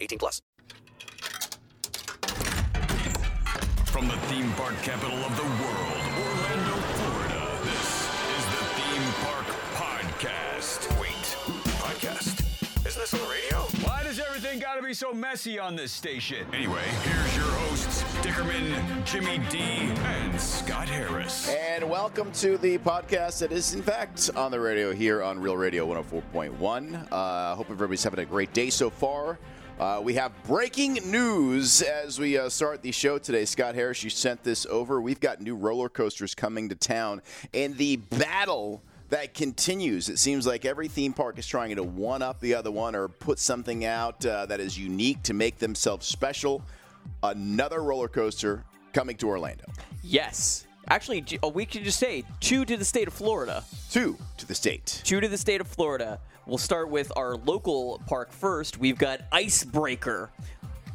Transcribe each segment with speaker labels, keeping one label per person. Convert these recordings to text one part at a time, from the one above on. Speaker 1: 18 plus.
Speaker 2: From the theme park capital of the world, Orlando, Florida, this is the Theme Park Podcast. Wait, podcast? Isn't this on the radio?
Speaker 3: Why does everything gotta be so messy on this station?
Speaker 2: Anyway, here's your hosts, Dickerman, Jimmy D, and Scott Harris.
Speaker 4: And welcome to the podcast that is, in fact, on the radio here on Real Radio 104.1. Uh, hope everybody's having a great day so far. Uh, we have breaking news as we uh, start the show today. Scott Harris, you sent this over. We've got new roller coasters coming to town, and the battle that continues. It seems like every theme park is trying to one up the other one or put something out uh, that is unique to make themselves special. Another roller coaster coming to Orlando.
Speaker 5: Yes. Actually, j- oh, we can just say two to the state of Florida.
Speaker 4: Two to the state.
Speaker 5: Two to the state of Florida. We'll start with our local park first. We've got Icebreaker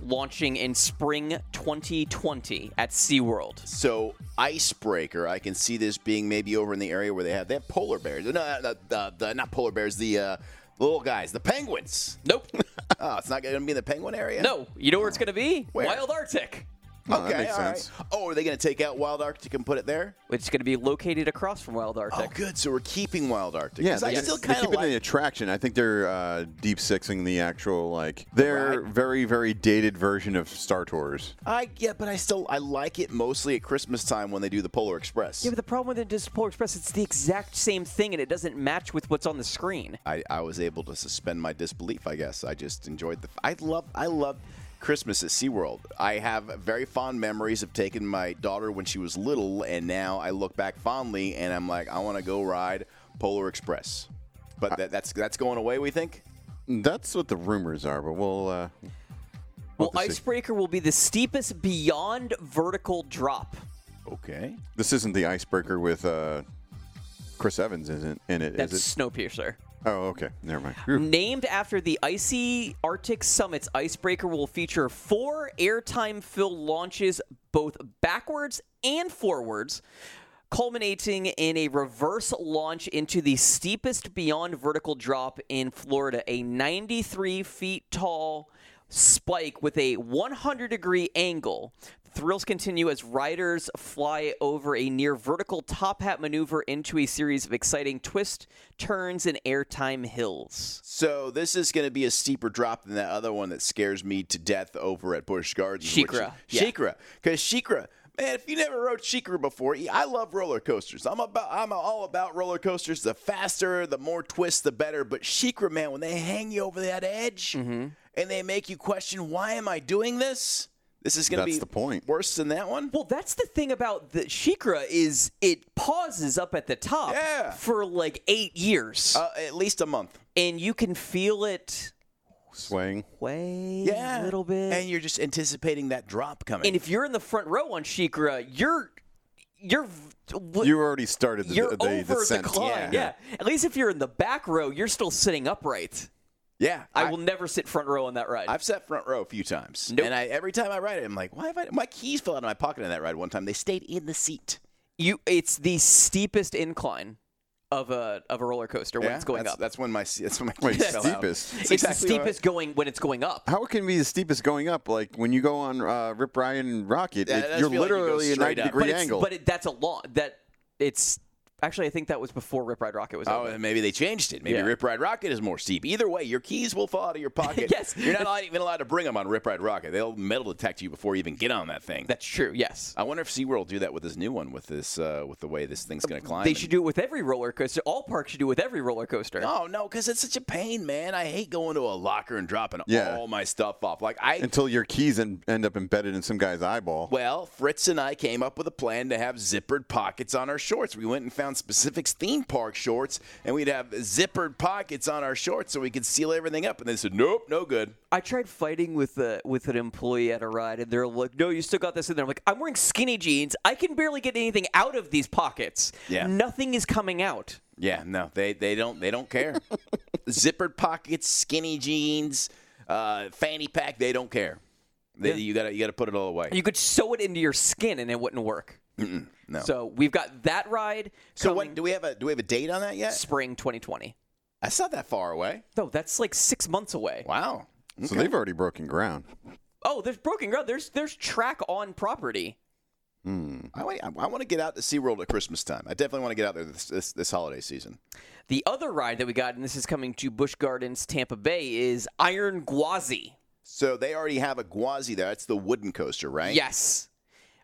Speaker 5: launching in spring 2020 at SeaWorld.
Speaker 4: So icebreaker, I can see this being maybe over in the area where they have they have polar bears. No, no, no, the, the, not polar bears. The uh, little guys, the penguins.
Speaker 5: Nope.
Speaker 4: Oh, it's not going to be in the penguin area.
Speaker 5: no. You know where it's going to be?
Speaker 4: Where?
Speaker 5: Wild Arctic.
Speaker 4: okay, all right. Oh, are they going to take out Wild Arctic and put it there?
Speaker 5: It's going to be located across from Wild
Speaker 4: Oh,
Speaker 5: Arctic.
Speaker 4: good. So we're keeping Wild Arctic.
Speaker 6: Yeah,
Speaker 4: 'Cause I
Speaker 6: they,
Speaker 4: still
Speaker 6: they
Speaker 4: kind
Speaker 6: keep
Speaker 4: of
Speaker 6: it in the
Speaker 4: like.
Speaker 6: attraction. I think they're uh, deep sixing the actual like their
Speaker 4: Right.
Speaker 6: very very dated version of Star Tours.
Speaker 4: I yeah, but I still I like it mostly at Christmas time when they do the Polar Express.
Speaker 5: Yeah, but the problem with the Disney Polar Express, it's the exact same thing and it doesn't match with what's on the screen.
Speaker 4: I, I was able to suspend my disbelief. I guess I just enjoyed the. I love I love Christmas at SeaWorld. I have very fond memories of taking my daughter when she was little, and now I look back fondly and I'm like, I want to go ride Polar Express. But that, that's that's going away. We think.
Speaker 6: That's what the rumors are, but we'll. Uh,
Speaker 5: Well,
Speaker 6: have to see.
Speaker 5: Icebreaker will be the steepest beyond vertical drop.
Speaker 4: Okay.
Speaker 6: this isn't the icebreaker with uh, Chris Evans, isn't in it?
Speaker 5: That's
Speaker 6: Is it?
Speaker 5: Snowpiercer.
Speaker 6: Oh, okay. Never mind. Ooh.
Speaker 5: Named after the icy Arctic summits, Icebreaker will feature four airtime filled launches, both backwards and forwards, culminating in a reverse launch into the steepest beyond vertical drop in Florida, a 93 feet tall spike with a 100 degree angle. Thrills continue as riders fly over a near vertical top hat maneuver into a series of exciting twists, turns, and airtime hills.
Speaker 4: So this is going to be a steeper drop than that other one that scares me to death over at Busch Gardens.
Speaker 5: Shikra.
Speaker 4: Which,
Speaker 5: Yeah.
Speaker 4: Shikra. Because Shikra, man, if you never rode Shikra before, I love roller coasters. I'm about, I'm all about roller coasters. The faster, the more twists, the better. But Shikra, man, when they hang you over that edge
Speaker 5: Mm-hmm.
Speaker 4: and they make you question, why am I doing this? This is going to
Speaker 6: That's
Speaker 4: be
Speaker 6: the point.
Speaker 4: worse than that one.
Speaker 5: Well, that's the thing about the Shikra is it pauses up at the top
Speaker 4: Yeah.
Speaker 5: for like eight years,
Speaker 4: Uh, at least a month.
Speaker 5: and you can feel it
Speaker 6: Swaying.
Speaker 5: way a
Speaker 4: Yeah.
Speaker 5: little bit.
Speaker 4: And you're just anticipating that drop coming.
Speaker 5: And if you're in the front row on Shikra, you're you're
Speaker 6: You already started the,
Speaker 5: you're
Speaker 6: the, the
Speaker 5: over
Speaker 6: descent.
Speaker 5: the climb. Yeah. At least if you're in the back row, you're still sitting upright.
Speaker 4: yeah.
Speaker 5: I, will never sit front row on that ride.
Speaker 4: I've sat front row a few times,
Speaker 5: Nope.
Speaker 4: and I every time I ride it, I'm like, why have I? My keys fell out of my pocket on that ride one time. They stayed in the seat.
Speaker 5: you, it's the steepest incline of a of a roller coaster when
Speaker 4: Yeah?
Speaker 5: it's going
Speaker 4: that's,
Speaker 5: up.
Speaker 4: That's when my se- that's when my keys
Speaker 6: Wait,
Speaker 4: fell out.
Speaker 6: steepest?
Speaker 4: That's
Speaker 5: it's
Speaker 4: exactly
Speaker 5: the
Speaker 4: what I-
Speaker 5: steepest going when it's going up.
Speaker 6: How it can be the steepest going up? Like when you go on uh, Rip Ryan Rocket,
Speaker 4: Yeah,
Speaker 6: it-
Speaker 4: it does
Speaker 6: you're
Speaker 4: feel like you go
Speaker 6: literally a
Speaker 4: straight
Speaker 6: 90
Speaker 4: up.
Speaker 6: degree
Speaker 5: but it's-
Speaker 6: angle.
Speaker 5: But it, that's a long that it's actually I think that was before Rip Ride Rocket was.
Speaker 4: Oh,
Speaker 5: over.
Speaker 4: and maybe they changed it. Maybe
Speaker 5: Yeah.
Speaker 4: Rip Ride Rocket is more steep. Either way, your keys will fall out of your pocket.
Speaker 5: Yes.
Speaker 4: you're not allowed- even allowed to bring them on Rip Ride Rocket. They'll metal detect you before you even get on that thing.
Speaker 5: that's true. Yes,
Speaker 4: I wonder if SeaWorld will do that with this new one, with this, uh, with the way this thing's going to climb.
Speaker 5: they
Speaker 4: and-
Speaker 5: should do it with every roller coaster. All parks should do it with every roller coaster.
Speaker 4: Oh no, because it's such a pain, man. I hate going to a locker and dropping
Speaker 6: Yeah.
Speaker 4: all my stuff off. Like I
Speaker 6: until your keys en- end up embedded in some guy's eyeball.
Speaker 4: Well, Fritz and I came up with a plan to have zippered pockets on our shorts. We went and found Town Specifics theme park shorts, and we'd have zippered pockets on our shorts so we could seal everything up. And they said, nope, no good.
Speaker 5: I tried fighting with a, with an employee at a ride, and they're like, "No, you still got this in there." I'm like, "I'm wearing skinny jeans. I can barely get anything out of these pockets.
Speaker 4: Yeah.
Speaker 5: nothing is coming out."
Speaker 4: Yeah, no, they they don't they don't care. Zippered pockets, skinny jeans, uh, fanny pack, they don't care. They, You gotta you gotta put it all away.
Speaker 5: You could sew it into your skin, and it wouldn't work.
Speaker 4: no.
Speaker 5: So we've got that ride.
Speaker 4: so
Speaker 5: coming
Speaker 4: what, do we have a do we have a date on that yet?
Speaker 5: spring 2020.
Speaker 4: That's not that far away.
Speaker 5: No, that's like six months away.
Speaker 4: Wow.
Speaker 6: So they've already broken ground.
Speaker 5: Oh, there's broken ground. There's there's track on property.
Speaker 4: I want, I want to get out to SeaWorld at Christmas time. I definitely want to get out there this, this, this holiday season.
Speaker 5: The other ride that we got, and this is coming to Busch Gardens, Tampa Bay, is Iron Gwazi.
Speaker 4: So they already have a Guazi there. That's the wooden coaster, right?
Speaker 5: Yes.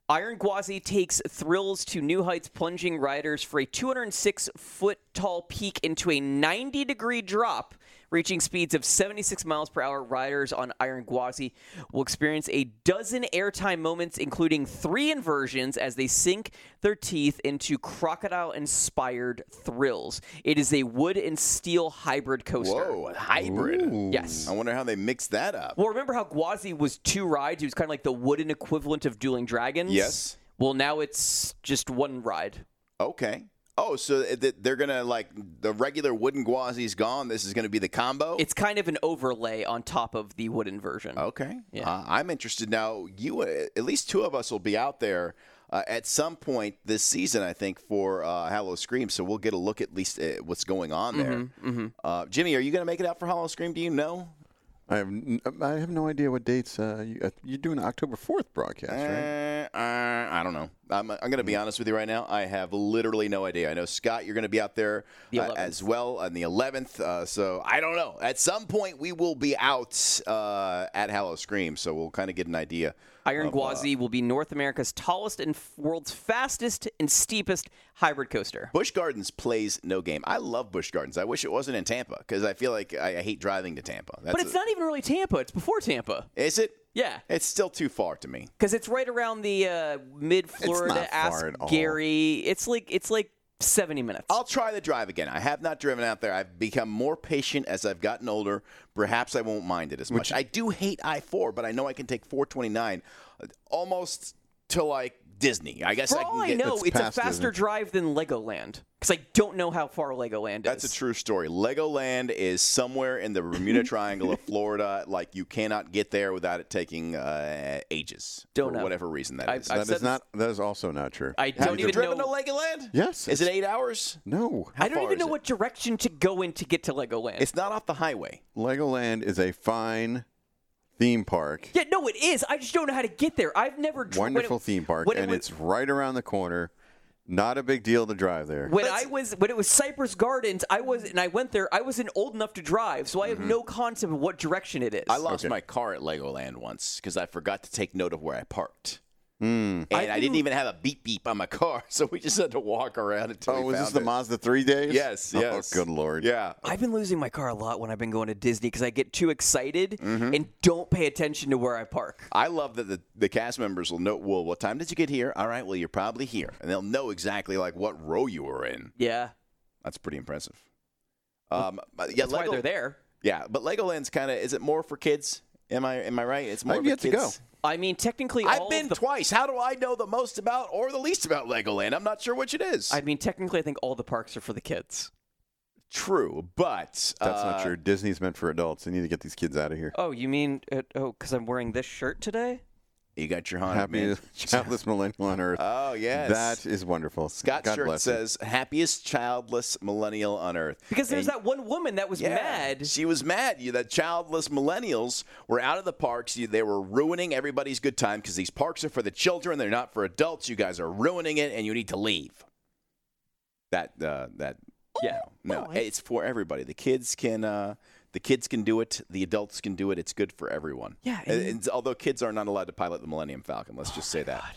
Speaker 5: Iron Gwazi takes thrills to new heights, plunging riders for a 206 foot tall peak into a 90 degree drop, reaching speeds of 76 miles per hour. Riders on Iron Gwazi will experience a dozen airtime moments, including three inversions, as they sink their teeth into crocodile inspired thrills. It is a wood and steel hybrid coaster.
Speaker 4: Whoa, a hybrid.
Speaker 5: Yes.
Speaker 4: I wonder how they mix that up.
Speaker 5: Well, remember how Guazi was two rides? It was kind of like the wooden equivalent of Dueling Dragons.
Speaker 4: Yes.
Speaker 5: Well, now it's just one ride.
Speaker 4: Okay. Oh, so th- they're gonna like the regular wooden Guazi's gone. This is gonna be the combo.
Speaker 5: It's kind of an overlay on top of the wooden version.
Speaker 4: Okay. Uh, I'm interested now. You, uh, at least two of us, will be out there uh, at some point this season, I think, for uh, Hollow Scream. So we'll get a look at least at what's going on there.
Speaker 5: Mm-hmm,
Speaker 4: Uh, Jimmy, are you going to make it out for Hollow Scream? Do you know?
Speaker 6: I have n- I have no idea what dates. Uh, you, uh, you're doing an October 4th broadcast, right?
Speaker 4: Uh, uh, I don't know. I'm, I'm going to be
Speaker 5: Mm.
Speaker 4: honest with you right now. I have literally no idea. I know Scott, you're going to be out there
Speaker 5: The
Speaker 4: uh,
Speaker 5: 11th.
Speaker 4: as well on the 11th. Uh, so I don't know. At some point, we will be out uh, at Hollow Scream. So we'll kind of get an idea. uh,
Speaker 5: Iron Gwazi will be North America's tallest and f- world's fastest and steepest hybrid coaster.
Speaker 4: Bush Gardens plays no game. I love Bush Gardens. I wish it wasn't in Tampa because I feel like I, I hate driving to Tampa. That's
Speaker 5: But it's
Speaker 4: a-
Speaker 5: not even really Tampa. It's before Tampa.
Speaker 4: Is it?
Speaker 5: Yeah.
Speaker 4: It's still too far to me.
Speaker 5: Because it's right around the uh, mid Florida
Speaker 6: not
Speaker 5: Ask
Speaker 6: far at all.
Speaker 5: Gary. It's like it's like 70 minutes.
Speaker 4: I'll try the drive again. I have not driven out there. I've become more patient as I've gotten older. Perhaps I won't mind it as much. I do hate I four, but I know I can take four twenty nine, almost to like Disney. I guess
Speaker 5: For
Speaker 4: I can
Speaker 5: all I
Speaker 4: get
Speaker 5: know,
Speaker 4: that's-
Speaker 5: it's a
Speaker 6: past, isn't
Speaker 5: faster
Speaker 6: it?
Speaker 5: drive than Legoland. Because I don't know how far Legoland
Speaker 4: That's
Speaker 5: is.
Speaker 4: a true story. Legoland is somewhere in the Bermuda Triangle of Florida. Like you cannot get there without it taking uh, ages
Speaker 5: Don't
Speaker 4: for
Speaker 5: know.
Speaker 4: whatever reason that
Speaker 5: I-
Speaker 4: is.
Speaker 5: I- I've
Speaker 6: That is
Speaker 5: said-
Speaker 6: not. That is also not true.
Speaker 5: I
Speaker 4: Have
Speaker 5: don't
Speaker 4: you
Speaker 5: even
Speaker 4: driven
Speaker 5: know.
Speaker 4: to Legoland?
Speaker 6: Yes,
Speaker 4: Is it
Speaker 6: it's-
Speaker 4: eight hours?
Speaker 6: no.
Speaker 4: How
Speaker 5: I don't
Speaker 4: far
Speaker 5: even
Speaker 4: is
Speaker 5: know
Speaker 4: it?
Speaker 5: what direction to go in to get to Legoland.
Speaker 4: It's not off the highway.
Speaker 6: Legoland is a fine theme park.
Speaker 5: yeah, no, it is. I just don't know how to get there. I've never dri- when it-
Speaker 6: Wonderful theme park,
Speaker 5: when it
Speaker 6: and
Speaker 5: was-
Speaker 6: it's right around the corner. Not a big deal to drive there.
Speaker 5: when I was when it was Cypress Gardens. I was and I went there. I wasn't old enough to drive, so I have no concept of what direction it is.
Speaker 4: I lost
Speaker 6: Okay.
Speaker 4: my car at Legoland once because I forgot to take note of where I parked.
Speaker 6: Hmm.
Speaker 4: And I didn't, even have a beep beep on my car, so we just had to walk around until
Speaker 6: Oh,
Speaker 4: we
Speaker 6: was
Speaker 4: found
Speaker 6: this the
Speaker 4: it.
Speaker 6: Mazda 3 days?
Speaker 4: Yes, yes.
Speaker 6: Oh, good lord.
Speaker 4: Yeah.
Speaker 5: I've been losing my car a lot when I've been going to Disney because I get too excited and don't pay attention to where I park.
Speaker 4: I love that the, the cast members will know, well, what time did you get here? All right, well, you're probably here. And they'll know exactly, like, what row you were in.
Speaker 5: Yeah,
Speaker 4: That's pretty impressive. Um, but yeah,
Speaker 5: that's why they're there.
Speaker 4: Yeah, but Legoland's kind of, is it more for kids? Am I am I right? It's more
Speaker 6: I've
Speaker 4: of a
Speaker 6: yet to
Speaker 4: kids-
Speaker 6: go.
Speaker 5: I mean, technically, all
Speaker 4: I've
Speaker 5: of
Speaker 4: been
Speaker 5: the
Speaker 4: twice. How do I know the most about or the least about Legoland? I'm not sure which it is.
Speaker 5: I mean, technically, I think all the parks are for the kids.
Speaker 4: True, but
Speaker 6: That's
Speaker 4: uh,
Speaker 6: not true. Disney's meant for adults. They need to get these kids out of here.
Speaker 5: Oh, you mean uh, oh, because I'm wearing this shirt today?
Speaker 4: You got your Hanukkah.
Speaker 6: Happy
Speaker 4: Oh, Man.
Speaker 6: childless millennial on earth.
Speaker 4: Oh yes,
Speaker 6: That is wonderful.
Speaker 4: Scott
Speaker 6: God
Speaker 4: shirt
Speaker 6: bless you.
Speaker 4: says happiest childless millennial on earth.
Speaker 5: Because there's
Speaker 4: And-
Speaker 5: that one woman that was
Speaker 4: yeah,
Speaker 5: mad.
Speaker 4: She was mad you, that childless millennials were out of the parks. You, they were ruining everybody's good time because these parks are for the children. They're not for adults. You guys are ruining it, and you need to leave. That uh, that
Speaker 5: yeah.
Speaker 4: no, it's for everybody. The kids can uh, the kids can do it. The adults can do it. It's good for everyone.
Speaker 5: Yeah,
Speaker 4: And,
Speaker 5: and- Oh,
Speaker 4: and although kids are not allowed to pilot the Millennium Falcon, let's just say that.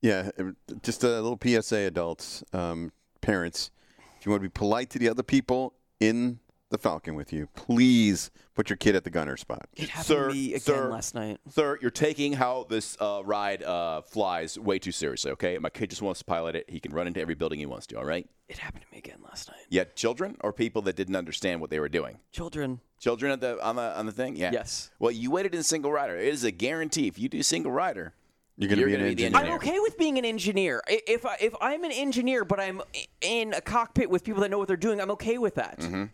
Speaker 6: Yeah, it- just a little PSA, adults, um, parents. If you want to be polite to the other people in the Falcon with you. Please put your kid at the gunner spot.
Speaker 5: It happened
Speaker 4: Sir,
Speaker 5: to me again
Speaker 4: sir.
Speaker 5: last night.
Speaker 4: Sir, you're taking how this uh, ride uh, flies way too seriously, okay? My kid just wants to pilot it. He can run into every building he wants to, all right?
Speaker 5: It happened to me again last night.
Speaker 4: Yet children or people that didn't understand what they were doing?
Speaker 5: Children,
Speaker 4: Children at the on the on the thing? Yeah.
Speaker 5: Yes.
Speaker 4: Well, you waited in single rider. It is a guarantee. If you do single rider,
Speaker 6: You're going to
Speaker 4: You're
Speaker 6: be an
Speaker 4: gonna be the
Speaker 6: engineer.
Speaker 4: engineer.
Speaker 5: I'm okay with being an engineer. I- If I, if I'm an engineer, but I'm i- in a cockpit with people that know what they're doing, I'm okay with that.
Speaker 4: Mm-hmm.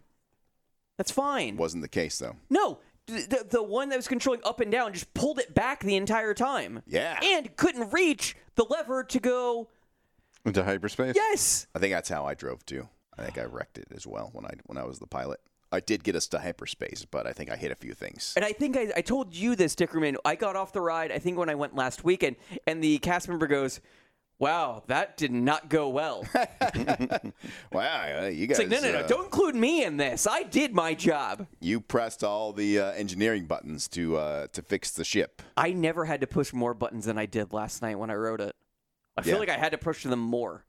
Speaker 5: That's fine.
Speaker 4: wasn't the case though.
Speaker 5: No, th- the the one that was controlling up and down just pulled it back the entire time.
Speaker 4: Yeah.
Speaker 5: and couldn't reach the lever to go.
Speaker 6: Into hyperspace?
Speaker 5: Yes,
Speaker 4: I think that's how I drove too. I think I wrecked it as well when I when I was the pilot. I did get us to hyperspace, but I think I hit a few things.
Speaker 5: and I think I, I told you this, Dickerman. I got off the ride. I think when I went last weekend, and the cast member goes. Wow, that did not go well. It's
Speaker 4: Wow, uh, you guys!
Speaker 5: like, no, no,
Speaker 4: uh,
Speaker 5: no, don't include me in this. I did my job.
Speaker 4: You pressed all the uh, engineering buttons to uh, to fix the ship.
Speaker 5: I never had to push more buttons than I did last night when I wrote it. I feel
Speaker 4: Yeah.
Speaker 5: like I had to push them more.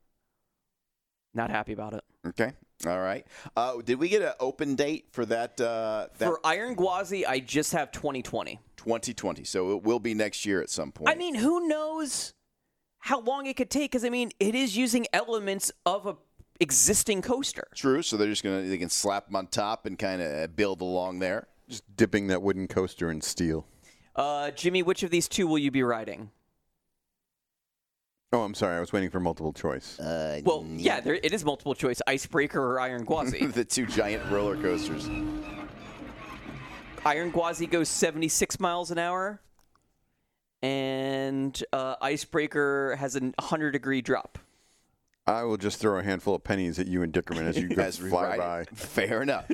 Speaker 5: Not happy about it.
Speaker 4: Okay, all right. Uh, did we get an open date for that? Uh, that
Speaker 5: For Iron Gwazi, I just have 2020.
Speaker 4: 2020. So it will be next year at some point.
Speaker 5: I mean, who knows how long it could take? Because I mean, it is using elements of a existing coaster.
Speaker 4: true. So they're just gonna they can slap them on top and kind of build along there.
Speaker 6: Just dipping that wooden coaster in steel.
Speaker 5: Uh, Jimmy, which of these two will you be riding?
Speaker 6: Oh, I'm sorry. I was waiting for multiple choice.
Speaker 4: Uh,
Speaker 5: Well,
Speaker 4: Mm,
Speaker 5: yeah, there, it is multiple choice: Icebreaker or Iron Gwazi.
Speaker 4: the two giant roller coasters.
Speaker 5: Iron Gwazi goes 76 miles an hour, and uh, Icebreaker has a 100 degree drop.
Speaker 6: I will just throw a handful of pennies at you and Dickerman as you guys
Speaker 4: as we
Speaker 6: fly by.
Speaker 4: ride it. Fair enough.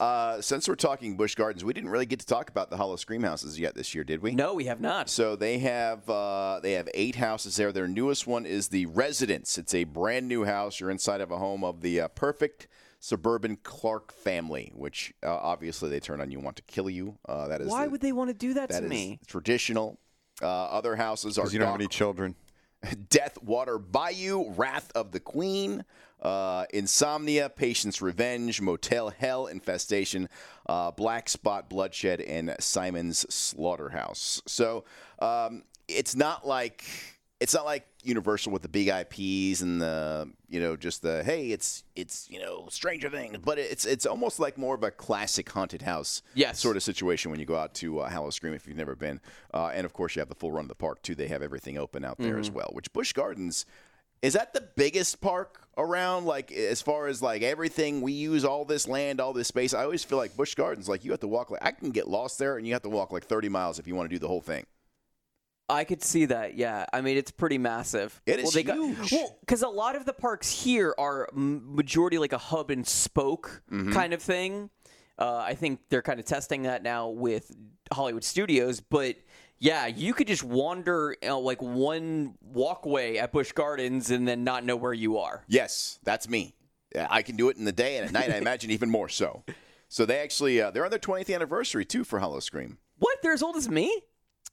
Speaker 4: uh, since we're talking Bush Gardens, we didn't really get to talk about the Hollow Scream houses yet this year, did we?
Speaker 5: No, we have not.
Speaker 4: So they have uh, they have eight houses there. Their newest one is the Residence. It's a brand new house. You're inside of a home of the uh, perfect suburban Clark family, which uh, obviously they turn on you, and want to kill you. Uh, that is
Speaker 5: Why
Speaker 4: the-
Speaker 5: would they want to do that,
Speaker 4: that
Speaker 5: to
Speaker 4: is
Speaker 5: me?
Speaker 4: traditional. Uh, other houses are
Speaker 6: Because you don't have
Speaker 4: Dock
Speaker 6: any children.
Speaker 4: Death Water Bayou, Wrath of the Queen, uh, Insomnia, Patient's Revenge, Motel Hell, Infestation, uh, Black Spot Bloodshed, and Simon's Slaughterhouse. So um, it's not like it's not like Universal with the big IPs and the you know just the hey it's it's you know Stranger Things, but it's it's almost like more of a classic haunted house
Speaker 5: Yes.
Speaker 4: sort of situation when you go out to uh, Hallow Scream if you've never been. Uh, and of course, you have the full run of the park too. They have everything open out there as well. Which Busch Gardens is that the biggest park around? Like as far as like everything we use, all this land, all this space. I always feel like Busch Gardens. Like you have to walk. Like I can get lost there, and you have to walk like 30 miles if you want to do the whole thing.
Speaker 5: I could see that. Yeah, I mean it's pretty massive.
Speaker 4: It is
Speaker 5: they
Speaker 4: huge.
Speaker 5: Got, well, because a lot of the parks here are m- majority like a hub and spoke
Speaker 4: Mm-hmm.
Speaker 5: kind of thing. Uh, I think they're kind of testing that now with Hollywood Studios, but yeah, you could just wander you know, like one walkway at Busch Gardens and then not know where you are.
Speaker 4: Yes, that's me. Yeah, I can do it in the day, and at night I imagine even more so. So they actually uh, they're on their 20th anniversary too for Hollow Scream.
Speaker 5: What? They're as old as me?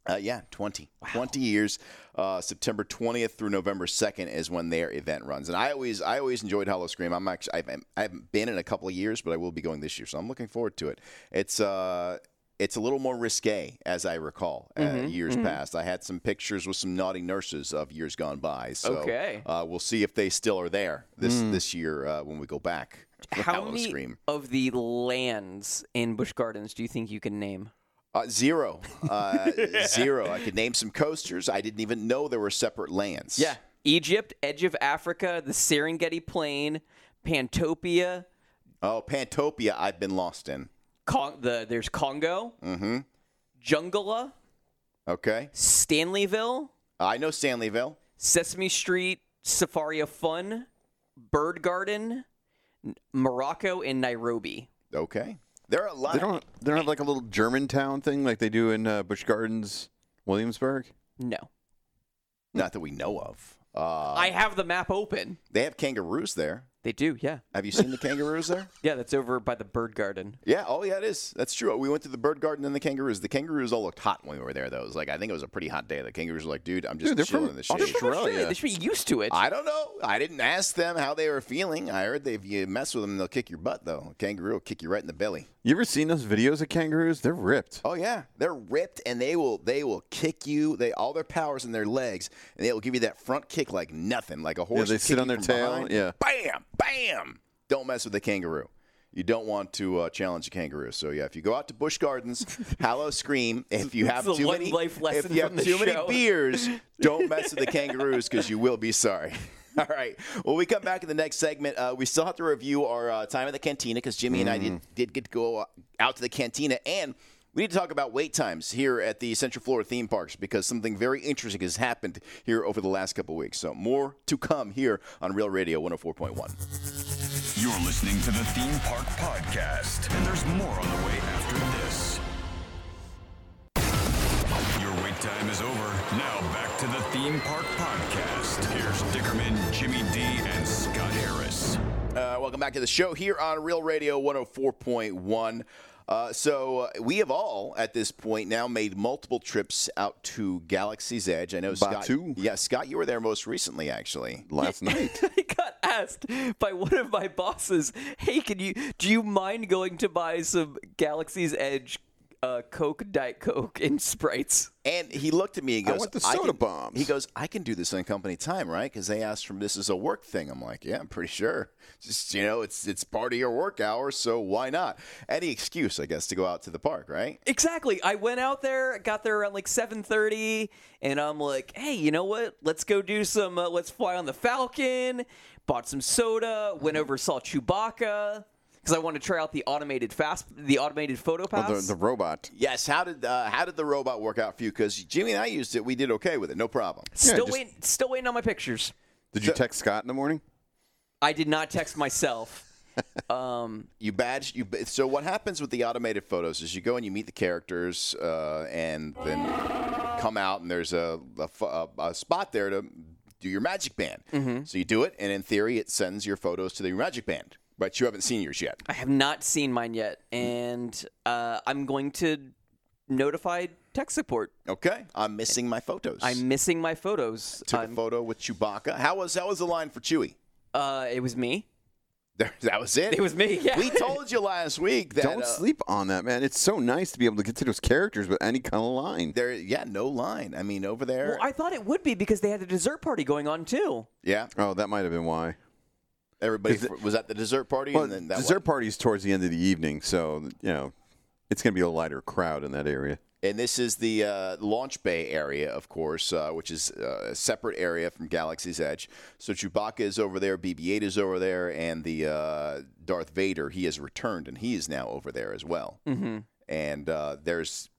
Speaker 4: Uh, yeah, 20. 20 years. Uh, September 20th through November 2nd is when their event runs. And I always I always enjoyed Hollow Scream. I'm actually, I've, I haven't been in a couple of years, but I will be going this year. So I'm looking forward to it. It's uh it's a little more risque, as I recall,
Speaker 5: Mm-hmm.
Speaker 4: uh, years past. I had some pictures with some naughty nurses of years gone by. So
Speaker 5: Okay. Mm.
Speaker 4: uh, we'll see if they still are there this this year uh, when we go back. for
Speaker 5: How
Speaker 4: Hollow
Speaker 5: many
Speaker 4: Scream.
Speaker 5: of the lands in Busch Gardens do you think you can name?
Speaker 4: Uh, zero. Uh, zero. I could name some coasters. I didn't even know there were separate lands.
Speaker 5: Yeah. Egypt, Edge of Africa, the Serengeti Plain, Pantopia,
Speaker 4: Oh, Pantopia, I've been lost in.
Speaker 5: Con- the there's Congo, mm-hmm. Jungla,
Speaker 4: Okay.
Speaker 5: Stanleyville,
Speaker 4: I know Stanleyville.
Speaker 5: Sesame Street, Safari of Fun, Bird Garden, N- Morocco, and Nairobi.
Speaker 4: Okay. There are a lot.
Speaker 6: They don't. They don't have like a little Germantown thing like they do in uh, Busch Gardens, Williamsburg.
Speaker 5: No,
Speaker 4: not that we know of. Uh,
Speaker 5: I have the map open.
Speaker 4: they have kangaroos there.
Speaker 5: They do, yeah.
Speaker 4: Have you seen the kangaroos there?
Speaker 5: Yeah, that's over by the bird garden.
Speaker 4: Yeah. Oh, yeah, it is. That's true. We went to the bird garden and the kangaroos. The kangaroos all looked hot when we were there, though. It was like I think it was a pretty hot day. The kangaroos were like, "Dude, I'm just
Speaker 6: Dude, they're
Speaker 4: chilling
Speaker 6: from
Speaker 4: in the shade."
Speaker 6: Australia. Australia.
Speaker 5: They should be used to it.
Speaker 4: I don't know. I didn't ask them how they were feeling. I heard that if you mess with them, they'll kick your butt, though. A kangaroo will kick you right in the belly.
Speaker 6: You ever seen those videos of kangaroos? They're ripped.
Speaker 4: Oh yeah, they're ripped and they will they will kick you. They all their powers in their legs and they will give you that front kick like nothing, like a horse.
Speaker 6: they
Speaker 4: will
Speaker 6: sit
Speaker 4: kick you
Speaker 6: on their
Speaker 4: from
Speaker 6: tail,
Speaker 4: behind.
Speaker 6: yeah.
Speaker 4: Bam, bam. Don't mess with the kangaroo. You don't want to uh, challenge a kangaroo. So yeah, if you go out to Bush Gardens, Hallow Scream. If you have
Speaker 5: the
Speaker 4: too
Speaker 5: one
Speaker 4: many,
Speaker 5: life lesson
Speaker 4: if you
Speaker 5: from
Speaker 4: have
Speaker 5: the
Speaker 4: too many
Speaker 5: show.
Speaker 4: beers, don't mess with the kangaroos because you will be sorry. All right. Well, we come back in the next segment. Uh, we still have to review our uh, time at the cantina because Jimmy and I
Speaker 5: Mm.
Speaker 4: did, did get to go uh, out to the cantina, and we need to talk about wait times here at the Central Florida theme parks because something very interesting has happened here over the last couple weeks. So more to come here on Real Radio 104.1.
Speaker 2: You're listening to the Theme Park Podcast, and there's more on the way after this. Your wait time is over. Now back to the Theme Park Podcast. Here's Dickerman, Jimmy D, and Scott Harris.
Speaker 4: Uh, welcome back to the show here on Real Radio 104.1. Uh, so uh, we have all at this point now made multiple trips out to Galaxy's Edge. I know Scott.
Speaker 6: Batu.
Speaker 4: Yeah, Scott, you were there most recently, actually.
Speaker 6: Last night.
Speaker 5: I got asked by one of my bosses, "Hey, can you do you mind going to buy some Galaxy's Edge uh, Coke, Diet Coke, and Sprites?"
Speaker 4: And he looked at me. He
Speaker 6: I
Speaker 4: goes,
Speaker 6: want the soda
Speaker 4: can-"
Speaker 6: bombs.
Speaker 4: He goes, I can do this on company time, right? Because they asked from this is a work thing. I'm like, yeah, I'm pretty sure. Just you know, it's it's part of your work hours, so why not? Any excuse, I guess, to go out to the park, right?
Speaker 5: Exactly. I went out there, got there around like 7:30, and I'm like, "Hey, you know what? Let's go do some. Uh, let's fly on the Falcon." Bought some soda. Went over saw Chewbacca because I want to try out the automated fast, the automated photo pass.
Speaker 6: Oh, the, the robot.
Speaker 4: Yes. How did uh, how did the robot work out for you? Because Jimmy and I used it. We did okay with it. No problem.
Speaker 5: still
Speaker 6: just-
Speaker 5: waiting. Still waiting on my pictures.
Speaker 6: Did you text Scott in the morning?
Speaker 5: I did not text myself.
Speaker 4: you badge you ba- so what happens with the automated photos is you go and you meet the characters uh, and then come out and there's a, a ph- a- a spot there to do your magic band
Speaker 5: Mm-hmm.
Speaker 4: so you do it and in theory it sends your photos to the magic band but you haven't seen yours yet
Speaker 5: I have not seen mine yet, and uh, I'm going to notify tech support.
Speaker 4: okay i'm missing my photos
Speaker 5: I'm missing my photos.
Speaker 4: took a
Speaker 5: I'm-
Speaker 4: photo with chewbacca how was how was the line for chewie
Speaker 5: uh, it was me.
Speaker 4: There- that was it
Speaker 5: It was me. Yeah.
Speaker 4: we told you last week that
Speaker 6: Don't
Speaker 4: uh,
Speaker 6: sleep on that, man. It's so nice to be able to get to those characters with any kind of line.
Speaker 4: there yeah no line i mean over there
Speaker 5: Well, I thought it would be because they had a dessert party going on too.
Speaker 4: yeah
Speaker 6: Oh, that might have been why.
Speaker 4: everybody
Speaker 6: Is it-
Speaker 4: fr- was at the dessert party
Speaker 6: Well,
Speaker 4: and then that
Speaker 6: dessert
Speaker 4: one.
Speaker 6: parties towards the end of the evening, so you know it's going to be a lighter crowd in that area.
Speaker 4: And this is the uh, launch bay area, of course, uh, which is uh, a separate area from Galaxy's Edge. So Chewbacca is over there, BB-8 is over there, and the uh, Darth Vader he has returned, and he is now over there as well. Mm-hmm. And uh, there's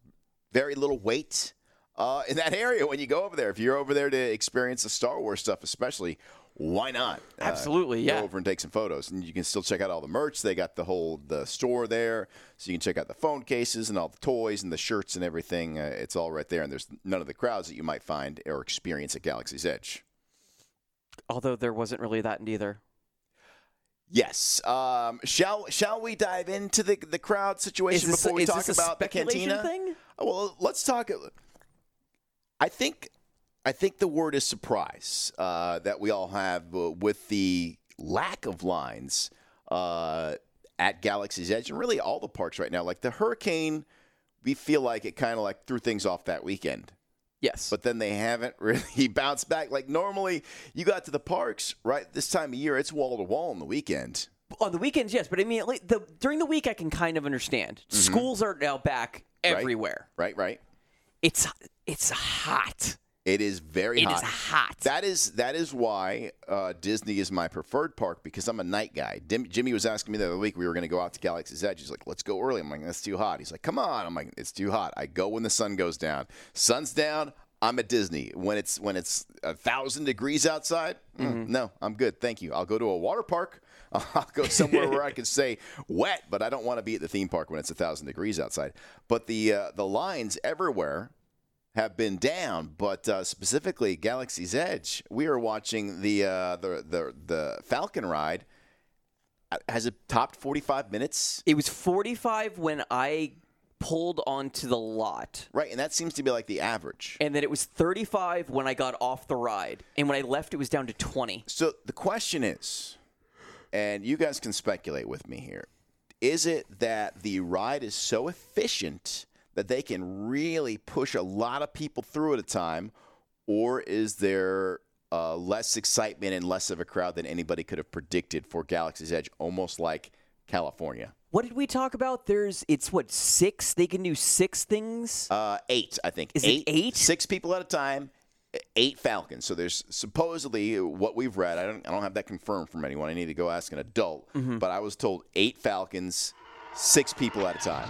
Speaker 4: very little wait uh, in that area when you go over there. If you're over there to experience the Star Wars stuff, especially, why not? Uh,
Speaker 5: Absolutely,
Speaker 4: go
Speaker 5: yeah.
Speaker 4: over and take some photos, and you can still check out all the merch. They got the whole the store there, so you can check out the phone cases and all the toys and the shirts and everything. Uh, it's all right there, and there's none of the crowds that you might find or experience at Galaxy's Edge.
Speaker 5: Although there wasn't really that either.
Speaker 4: Yes. Um, shall Shall we dive into the the crowd situation
Speaker 5: this-
Speaker 4: before we
Speaker 5: is
Speaker 4: talk
Speaker 5: this a
Speaker 4: about the
Speaker 5: speculation
Speaker 4: cantina? Uh,
Speaker 5: thing?
Speaker 4: Well, let's talk. uh, I think I think the word is surprise uh, that we all have uh, with the lack of lines uh, at Galaxy's Edge and really all the parks right now. Like the hurricane, we feel like it kind of like threw things off that weekend
Speaker 5: Yes.
Speaker 4: but then they haven't really bounced back. Like normally, you got to the parks right this time of year, it's wall to wall on the weekend.
Speaker 5: on the weekends, yes. But I mean, like, the during the week, I can kind of understand. Schools are now back everywhere.
Speaker 4: Mm-hmm. Right, right.
Speaker 5: It's it's hot.
Speaker 4: It is very
Speaker 5: It is
Speaker 4: hot.
Speaker 5: hot.
Speaker 4: That is that is why uh, Disney is my preferred park because I'm a night guy. Dim- Jimmy was asking me the other week we were going to go out to Galaxy's Edge. He's like, "Let's go early." I'm like, "That's too hot." He's like, "Come on." I'm like, "It's too hot." I go when the sun goes down. Sun's down. I'm at Disney. When it's when it's a thousand degrees outside, mm,
Speaker 5: Mm-hmm.
Speaker 4: no, I'm good. Thank you. I'll go to a water park. I'll go somewhere where I can stay wet, but I don't want to be at the theme park when it's a thousand degrees outside. But the uh, the lines everywhere have been down, but uh, specifically Galaxy's Edge, we are watching the uh, the, the the Falcon ride, Has it topped 45 minutes?
Speaker 5: It was 45 when I pulled onto the lot.
Speaker 4: Right, and that seems to be like the average.
Speaker 5: And then it was 35 when I got off the ride. And when I left, it was down to 20.
Speaker 4: So the question is, and you guys can speculate with me here, is it that the ride is so efficient that they can really push a lot of people through at a time, or is there uh, less excitement and less of a crowd than anybody could have predicted for Galaxy's Edge, almost like California?
Speaker 5: What did we talk about? There's, it's what, six? They can do six things?
Speaker 4: Uh, eight, I think.
Speaker 5: Is it eight?
Speaker 4: Six people at a time. Eight Falcons. So there's supposedly what we've read. I don't. I don't have that confirmed from anyone. I need to go ask an adult.
Speaker 5: Mm-hmm.
Speaker 4: But I was told eight Falcons, six people at a time.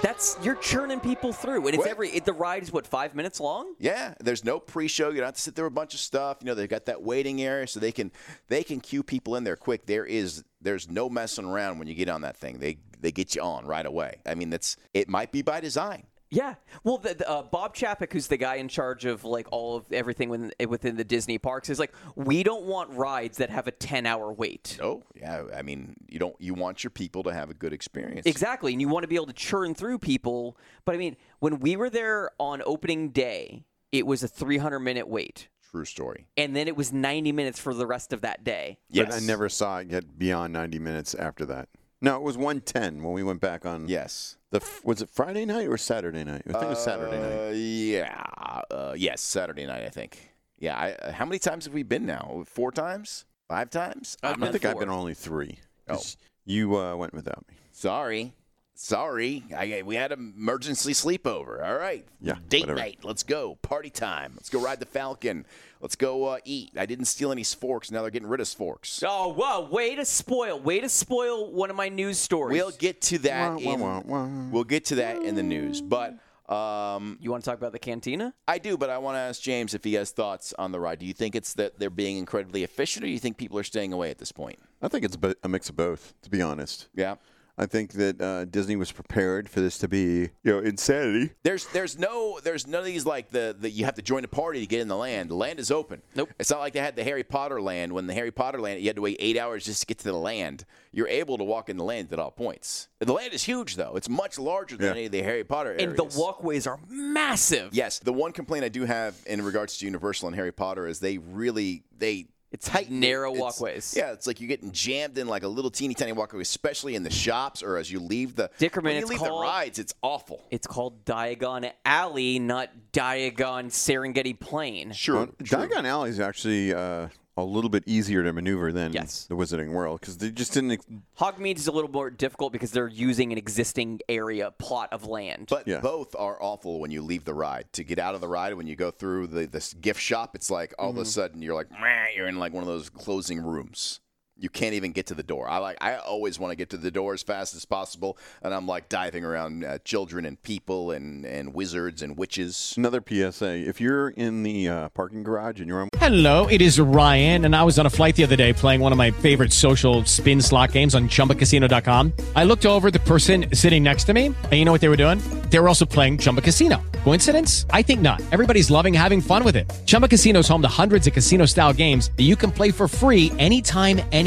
Speaker 5: That's, you're churning people through. And it's
Speaker 4: What?
Speaker 5: every, it, the ride is what, five minutes long?
Speaker 4: Yeah. There's no pre-show. You don't have to sit through a bunch of stuff. You know they've got that waiting area, so they can they can cue people in there quick. There is there's no messing around when you get on that thing. They they get you on right away. I mean that's it might be by design.
Speaker 5: Yeah. Well, the, the, uh, Bob Chapek, who's the guy in charge of like all of everything within, eh, within the Disney parks, is like, we don't want rides that have a 10 hour wait.
Speaker 4: Oh yeah. I mean you don't you want your people to have a good experience.
Speaker 5: Exactly. And you want to be able to churn through people. But I mean, when we were there on opening day, it was a 300 minute wait.
Speaker 4: True story.
Speaker 5: And then it was 90 minutes for the rest of that day.
Speaker 4: Yes.
Speaker 6: But I never saw it get beyond 90 minutes after that. No, it was 110 when we went back on.
Speaker 4: Yes.
Speaker 6: The f- was it Friday night or Saturday night? I think it was Saturday night.
Speaker 4: Uh, yeah. Uh, yes, Saturday night, I think. Yeah. I, uh, how many times have we been now? Four times? Five times?
Speaker 5: I've
Speaker 4: I'm
Speaker 6: I
Speaker 5: been
Speaker 4: not-
Speaker 6: think I've been
Speaker 5: four.
Speaker 6: only three.
Speaker 4: Oh.
Speaker 6: 'cause You uh, went without me.
Speaker 4: sorry. Sorry. I, I- we had an emergency sleepover. All right.
Speaker 6: Yeah,
Speaker 4: Date
Speaker 6: whatever.
Speaker 4: night. Let's go. Party time. Let's go ride the Falcon. Let's go uh, eat. I didn't steal any forks. Now they're getting rid of forks.
Speaker 5: Oh, whoa. Way to spoil. Way to spoil one of my news stories.
Speaker 4: We'll get to that.
Speaker 6: Wah,
Speaker 4: in,
Speaker 6: wah, wah, wah.
Speaker 4: We'll get to that in the news. But um,
Speaker 5: you want to talk about the cantina?
Speaker 4: I do, but I want to ask James if he has thoughts on the ride. Do you think it's that they're being incredibly efficient, or do you think people are staying away at this point?
Speaker 6: I think it's a bit- a mix of both, to be honest.
Speaker 4: Yeah.
Speaker 6: I think that uh, Disney was prepared for this to be, you know, insanity.
Speaker 4: There's there's no there's none of these like the, the you have to join a party to get in the land. The land is open.
Speaker 5: Nope.
Speaker 4: It's not like they had the Harry Potter land. When the Harry Potter land, you had to wait eight hours just to get to the land. You're able to walk in the land at all points. The land is huge though. It's much larger than
Speaker 6: Yeah.
Speaker 4: any of the Harry Potter areas.
Speaker 5: And the walkways are massive.
Speaker 4: Yes, the one complaint I do have in regards to Universal and Harry Potter is they really they
Speaker 5: It's
Speaker 4: tighten it.
Speaker 5: narrow
Speaker 4: It's-
Speaker 5: walkways.
Speaker 4: Yeah, it's like you're getting jammed in like a little teeny tiny walkway, especially in the shops or as you leave the
Speaker 5: Dickerman,
Speaker 4: when you
Speaker 5: it's
Speaker 4: leave
Speaker 5: called-
Speaker 4: the rides. It's awful.
Speaker 5: It's called Diagon Alley, not Diagon Serengeti Plain.
Speaker 4: Sure,
Speaker 6: Diagon Alley is actually uh, a little bit easier to maneuver than
Speaker 5: Yes.
Speaker 6: the Wizarding World because they just didn't. ex-
Speaker 5: Hogmead is a little more difficult because they're using an existing area plot of land.
Speaker 4: But
Speaker 6: Yeah.
Speaker 4: both are awful when you leave the ride. To get out of the ride, when you go through the this gift shop, it's like all
Speaker 5: Mm-hmm.
Speaker 4: of a sudden you're like, "Meh," you're in like one of those closing rooms. You can't even get to the door. I like. I always want to get to the door as fast as possible, and I'm like diving around uh, children and people and and wizards and witches.
Speaker 6: Another PSA: If you're in the uh, parking garage and you're on
Speaker 7: Hello, it is Ryan, and I was on a flight the other day playing one of my favorite social spin slot games on chumbacasino.com. I looked over at the person sitting next to me, and you know what they were doing? They were also playing Chumba Casino. Coincidence? I think not. Everybody's loving having fun with it. Chumba Casino is home to hundreds of casino style games that you can play for free anytime,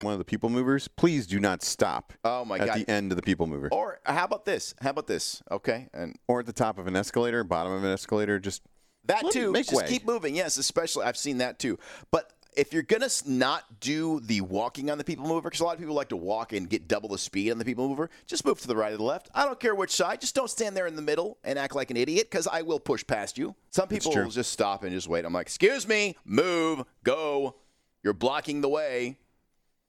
Speaker 6: one of the people movers, please do not stop
Speaker 4: Oh, my
Speaker 6: at
Speaker 4: God.
Speaker 6: the end of the people mover.
Speaker 4: Or how about this? How about this? Okay, and
Speaker 6: Or at the top of an escalator, bottom of an escalator, just
Speaker 4: that
Speaker 6: Let it
Speaker 4: too.
Speaker 6: make
Speaker 4: Just
Speaker 6: way.
Speaker 4: keep moving. Yes, especially I've seen that too. But if you're gonna s- not do the walking on the people mover, because a lot of people like to walk and get double the speed on the people mover, just move to the right or the left. I don't care which side. Just don't stand there in the middle and act like an idiot, because I will push past you. Some people
Speaker 6: true.
Speaker 4: will just stop and just wait. I'm like, excuse me, move, go. You're blocking the way.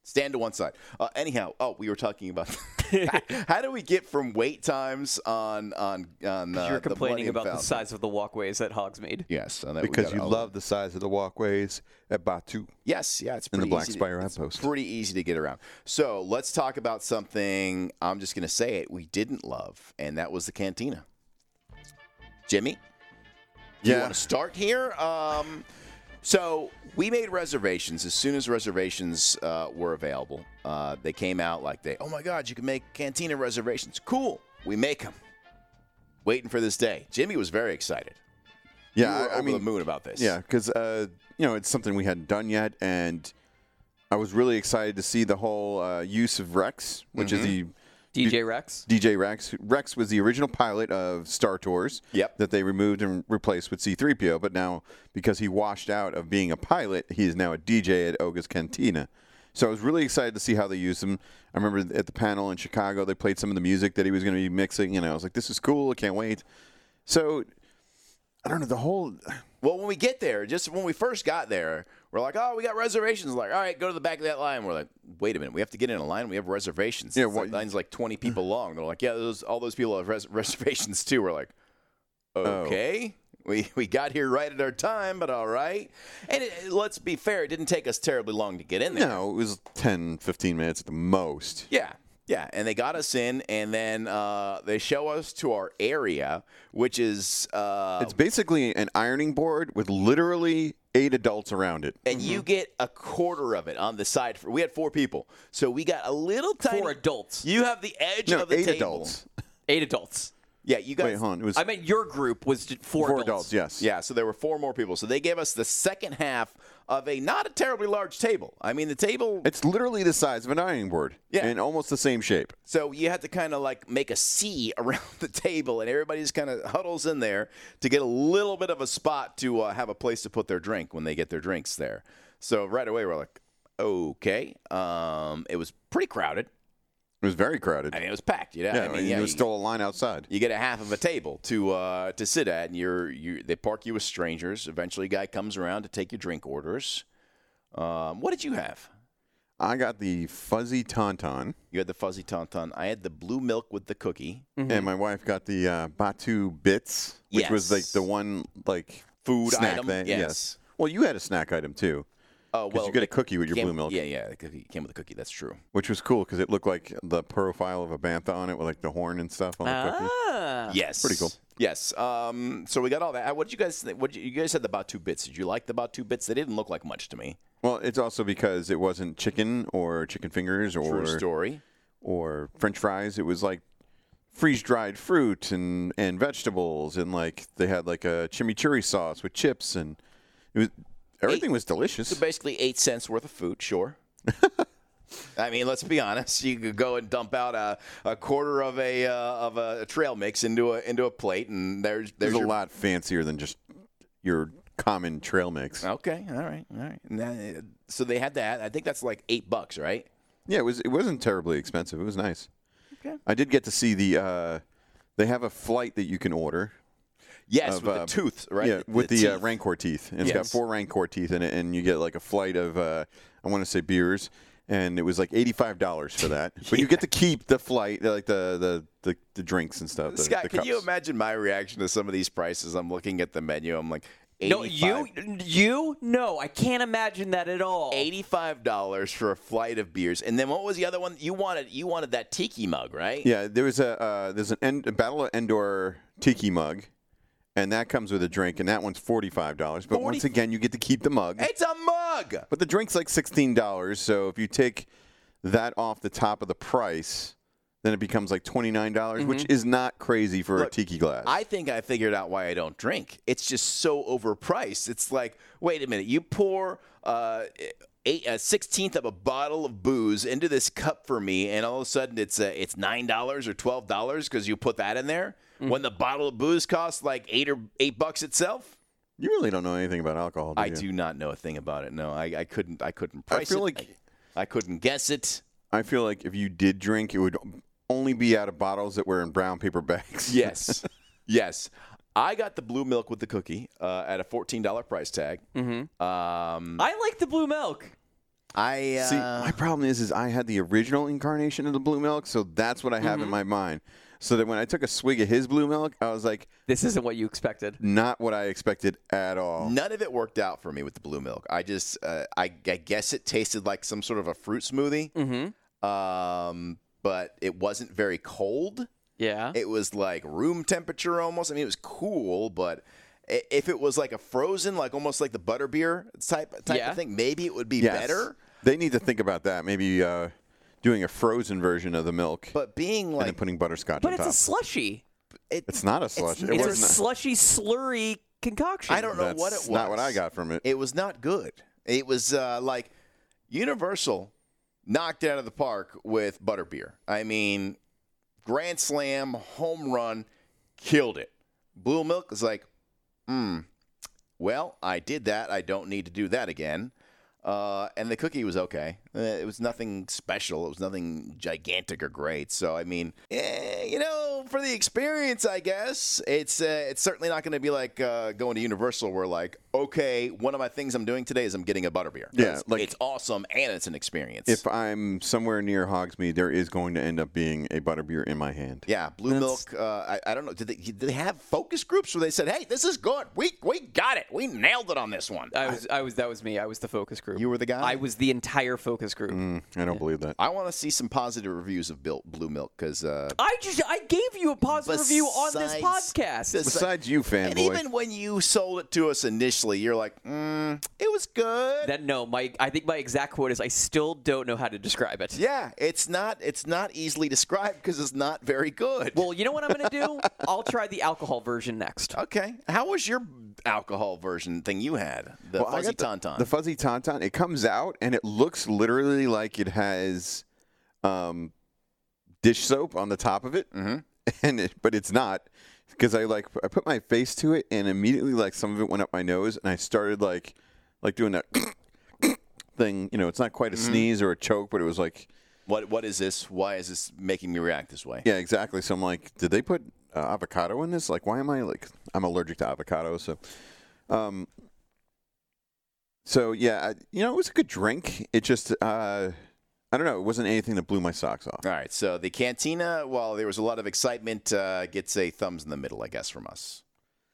Speaker 4: Stand to one side. Uh, anyhow, oh, we were talking about how do we get from wait times on on on uh,
Speaker 5: You're
Speaker 4: the
Speaker 5: complaining
Speaker 4: Millennium
Speaker 5: about the
Speaker 4: Falcon?
Speaker 5: size of the walkways at Hogsmeade.
Speaker 4: Yes, and that we
Speaker 6: because
Speaker 4: gotta
Speaker 6: you
Speaker 4: all-
Speaker 6: love the size of the walkways at Batu.
Speaker 4: Yes, yeah, it's
Speaker 6: in the
Speaker 4: pretty
Speaker 6: Black
Speaker 4: easy to-
Speaker 6: Spire
Speaker 4: it's
Speaker 6: outpost.
Speaker 4: Pretty easy to get around. So let's talk about something. I'm just going to say it. We didn't love, and that was the cantina. Jimmy, do you want to start here? Um, so we made reservations as soon as reservations uh, were available. Uh, they came out like they, oh my God, you can make cantina reservations. Cool, we make them. Waiting for this day. Jimmy was very excited.
Speaker 6: yeah,
Speaker 4: you were
Speaker 6: I- I
Speaker 4: over the
Speaker 6: mean,
Speaker 4: moon about this.
Speaker 6: Yeah, because uh, you know it's something we hadn't done yet, and I was really excited to see the whole uh, use of Rex, which is
Speaker 5: DJ Rex.
Speaker 6: the DJ Rex. Rex was the original pilot of Star Tours.
Speaker 4: Yep.
Speaker 6: That they removed and replaced with C-3PO, but now because he washed out of being a pilot, he is now a DJ at Oga's Cantina. So I was really excited to see how they used him. I remember at the panel in Chicago, they played some of the music that he was going to be mixing, and I was like, "This is cool! I can't wait." So I don't know the whole.
Speaker 4: Well, when we get there, just when we first got there, we're like, oh, we got reservations. Like, all right, go to the back of that line. We're like, wait a minute, we have to get in a line. We have reservations.
Speaker 6: Yeah,
Speaker 4: It's like-
Speaker 6: what-
Speaker 4: line's like 20 people long. They're like, yeah, those, all those people have res- reservations too. We're like,
Speaker 6: Oh.
Speaker 4: okay. We, we got here right at our time, but all right. And it, let's be fair, it didn't take us terribly long to get in there.
Speaker 6: No, it was 10, 15 minutes at the most.
Speaker 4: Yeah. Yeah, and they got us in, and then uh, they show us to our area, which is uh,
Speaker 6: It's basically an ironing board with literally eight adults around it.
Speaker 4: and you get a quarter of it on the side. For, we had four people, so we got a little tiny.
Speaker 5: Four adults.
Speaker 4: You have the edge
Speaker 6: No,
Speaker 4: of the
Speaker 6: eight
Speaker 4: table.
Speaker 6: adults.
Speaker 5: Eight adults.
Speaker 4: Yeah, you guys.
Speaker 6: Wait, hold on. It was
Speaker 5: I meant your group was j- four,
Speaker 6: four adults. Yes.
Speaker 4: Yeah, so there were four more people. So they gave us the second half of a not a terribly large table. I mean, the table.
Speaker 6: It's literally the size of an ironing board.
Speaker 4: Yeah.
Speaker 6: And almost the same shape.
Speaker 4: So you had to kind of like make a C around the table, and everybody just kind of huddles in there to get a little bit of a spot to uh, have a place to put their drink when they get their drinks there. So right away we're like, okay. Um, it was pretty crowded.
Speaker 6: It was very crowded.
Speaker 4: I mean, it was packed. You know,
Speaker 6: yeah,
Speaker 4: I mean,
Speaker 6: and there was
Speaker 4: you-
Speaker 6: still a line outside.
Speaker 4: you get a half of a table to uh, to sit at, and you're you they park you with strangers. Eventually, a guy comes around to take your drink orders. Um, what did you have?
Speaker 6: I got the fuzzy tauntaun,
Speaker 4: You had the fuzzy tauntaun. I had the blue milk with the cookie.
Speaker 6: and my wife got the uh, Batu bits, which was like
Speaker 4: Yes.
Speaker 6: the one like
Speaker 4: Food
Speaker 6: snack
Speaker 4: item,
Speaker 6: thing.
Speaker 4: yes.
Speaker 6: Well, you had a snack item too,
Speaker 4: Oh
Speaker 6: because you got a cookie with your
Speaker 4: came-
Speaker 6: blue milk,
Speaker 4: Yeah, yeah, the cookie came with a cookie. That's true.
Speaker 6: which was cool because it looked like the profile of a bantha on it with like the horn and stuff on the cookie.
Speaker 5: Ah.
Speaker 4: yes,
Speaker 6: pretty cool.
Speaker 4: Yes. Um, so we got all that. What did you guys? think- What did you, you guys had the Batu bits? Did you like the Batu bits? They didn't look like much to me.
Speaker 6: Well, it's also because it wasn't chicken or chicken fingers
Speaker 4: True
Speaker 6: or
Speaker 4: story.
Speaker 6: or French fries. It was like freeze dried fruit and and vegetables, and like they had like a chimichurri sauce with chips, and it was everything was delicious.
Speaker 4: So basically, eight cents worth of food, sure. I mean, let's be honest. You could go and dump out a, a quarter of a uh, of a trail mix into a into a plate, and there's
Speaker 6: It
Speaker 4: there's
Speaker 6: was a
Speaker 4: your-
Speaker 6: lot fancier than just your common trail mix.
Speaker 4: Okay, all right, all right. And that- so they had that. I think that's like eight bucks, right?
Speaker 6: Yeah, it was. It wasn't terribly expensive. It was nice. I did get to see the. Uh, they have a flight that you can order.
Speaker 4: Yes,
Speaker 6: of,
Speaker 4: with
Speaker 6: uh,
Speaker 4: the tooth, right?
Speaker 6: Yeah, with the, uh,
Speaker 4: teeth.
Speaker 6: rancor teeth. And It's got
Speaker 4: Yes.
Speaker 6: four rancor teeth in it, and you get like a flight of, uh, I want to say beers, and it was like eighty-five dollars for that. But you get to keep the flight, like the the, the, the drinks and stuff. The,
Speaker 4: Scott,
Speaker 6: the
Speaker 4: can you
Speaker 6: cups.
Speaker 4: imagine my reaction to some of these prices? I'm looking at the menu. I'm like, 85,
Speaker 5: No, you, you, no, I can't imagine that at all.
Speaker 4: eighty-five dollars for a flight of beers, and then what was the other one you wanted? You wanted that tiki mug, right?
Speaker 6: Yeah, there was a uh, there's an end, a Battle of Endor tiki mug, and that comes with a drink, and that one's forty-five dollars. But once again, you get to keep the mug.
Speaker 4: It's a mug.
Speaker 6: But the drink's like sixteen dollars, so if you take that off the top of the price, then it becomes like twenty nine dollars, which is not crazy for a
Speaker 4: Mm-hmm. Look,
Speaker 6: tiki glass.
Speaker 4: I think I figured out why I don't drink. It's just so overpriced. It's like, wait a minute, you pour uh, eight, a sixteenth of a bottle of booze into this cup for me, and all of a sudden it's uh, it's nine dollars or twelve dollars because you put that in there
Speaker 6: Mm.
Speaker 4: when the bottle of booze costs like eight or eight bucks itself.
Speaker 6: you really don't know anything about alcohol. Do
Speaker 4: I
Speaker 6: you?
Speaker 4: do not know a thing about it. No, I, I couldn't. I couldn't
Speaker 6: I
Speaker 4: price
Speaker 6: feel
Speaker 4: it.
Speaker 6: like-
Speaker 4: I, I couldn't guess it.
Speaker 6: I feel like if you did drink, it would only be out of bottles that were in brown paper bags.
Speaker 4: Yes, yes. I got the blue milk with the cookie uh, at a fourteen dollar price tag. Mm-hmm. Um,
Speaker 5: I like the blue milk.
Speaker 4: I uh,
Speaker 6: See, my problem is, is I had the original incarnation of the blue milk, so that's what I have
Speaker 4: Mm-hmm.
Speaker 6: in my mind. So that when I took a swig of his blue milk, I was like,
Speaker 5: This isn't what you expected.
Speaker 6: not what I expected at all.
Speaker 4: none of it worked out for me with the blue milk. I just, uh, I, I guess it tasted like some sort of a fruit smoothie, mm-hmm. um, but it wasn't very cold.
Speaker 5: Yeah.
Speaker 4: It was like room temperature almost. I mean, it was cool, but i- if it was like a frozen, like almost like the butterbeer type type
Speaker 5: Yeah.
Speaker 4: of thing, maybe it would be
Speaker 6: Yes.
Speaker 4: better.
Speaker 6: They need to think about that. Maybe uh, doing a frozen version of the milk
Speaker 4: But being
Speaker 6: and then
Speaker 4: like,
Speaker 6: putting butterscotch
Speaker 5: but
Speaker 6: on
Speaker 5: it's
Speaker 6: top.
Speaker 5: a slushy.
Speaker 4: it,
Speaker 6: it's not a
Speaker 4: it's
Speaker 6: slush. it
Speaker 5: It's a
Speaker 6: was not.
Speaker 5: slushy, slurry concoction.
Speaker 4: I don't know what it
Speaker 6: That's
Speaker 4: was.
Speaker 6: not what I got from it.
Speaker 4: It was not good. It was uh, like Universal knocked it out of the park with Butterbeer. I mean, grand slam, home run, killed it. Blue Milk is like, hmm, well, I did that. I don't need to do that again. Uh, and the cookie was okay. Uh, It was nothing special. It was nothing gigantic or great. So I mean, eh, you know, for the experience, I guess it's uh, it's certainly not going to be like uh, going to Universal, where like, okay, one of my things I'm doing today is I'm getting a butterbeer.
Speaker 6: Yeah,
Speaker 4: It's-
Speaker 6: like-
Speaker 4: it's awesome and it's an experience.
Speaker 6: if I'm somewhere near Hogsmeade, there is going to end up being a butterbeer in my hand.
Speaker 4: yeah, Blue Milk. Uh, I, I don't know. Did they, did they have focus groups where they said, "Hey, this is good. We we got it. We nailed it on this one."
Speaker 5: I was, I was, that was me. I was the focus group.
Speaker 4: You were the guy?
Speaker 5: I was the entire focus group.
Speaker 6: I don't believe that.
Speaker 4: I want to see some positive reviews of Bill, Blue Milk because uh,
Speaker 5: I just, I gave you a positive review on this
Speaker 4: Besides-
Speaker 5: podcast.
Speaker 4: this-
Speaker 6: Besides you,
Speaker 4: And
Speaker 6: fanboy.
Speaker 4: even when you sold it to us initially, you're like, mm, it was good.
Speaker 5: That no, my, I think my exact quote is, I still don't know how to describe it.
Speaker 4: yeah, it's not it's not easily described because it's not very good.
Speaker 5: Well, you know what I'm gonna do? I'll try the alcohol version next.
Speaker 4: okay. How was your alcohol version thing you had? The
Speaker 6: Well, I
Speaker 4: fuzzy
Speaker 6: got
Speaker 4: tauntaun.
Speaker 6: The fuzzy tauntaun. It comes out and it looks literally like it has um, dish soap on the top of it, mm-hmm. and it, but it's not because I like I put my face to it and immediately like some of it went up my nose and I started like like doing that thing. You know, it's not quite a
Speaker 4: Mm-hmm.
Speaker 6: sneeze or a choke, but it was like
Speaker 4: what what is this? Why is this making me react this way?
Speaker 6: yeah, exactly. So I'm like, did they put uh, avocado in this? Like, why am I like, I'm allergic to avocado. So, um, so yeah, I, you know, it was a good drink. It just, uh, I don't know, it wasn't anything that blew my socks off.
Speaker 4: All right. So the cantina, while there was a lot of excitement, uh, gets a thumbs in the middle, I guess, from us.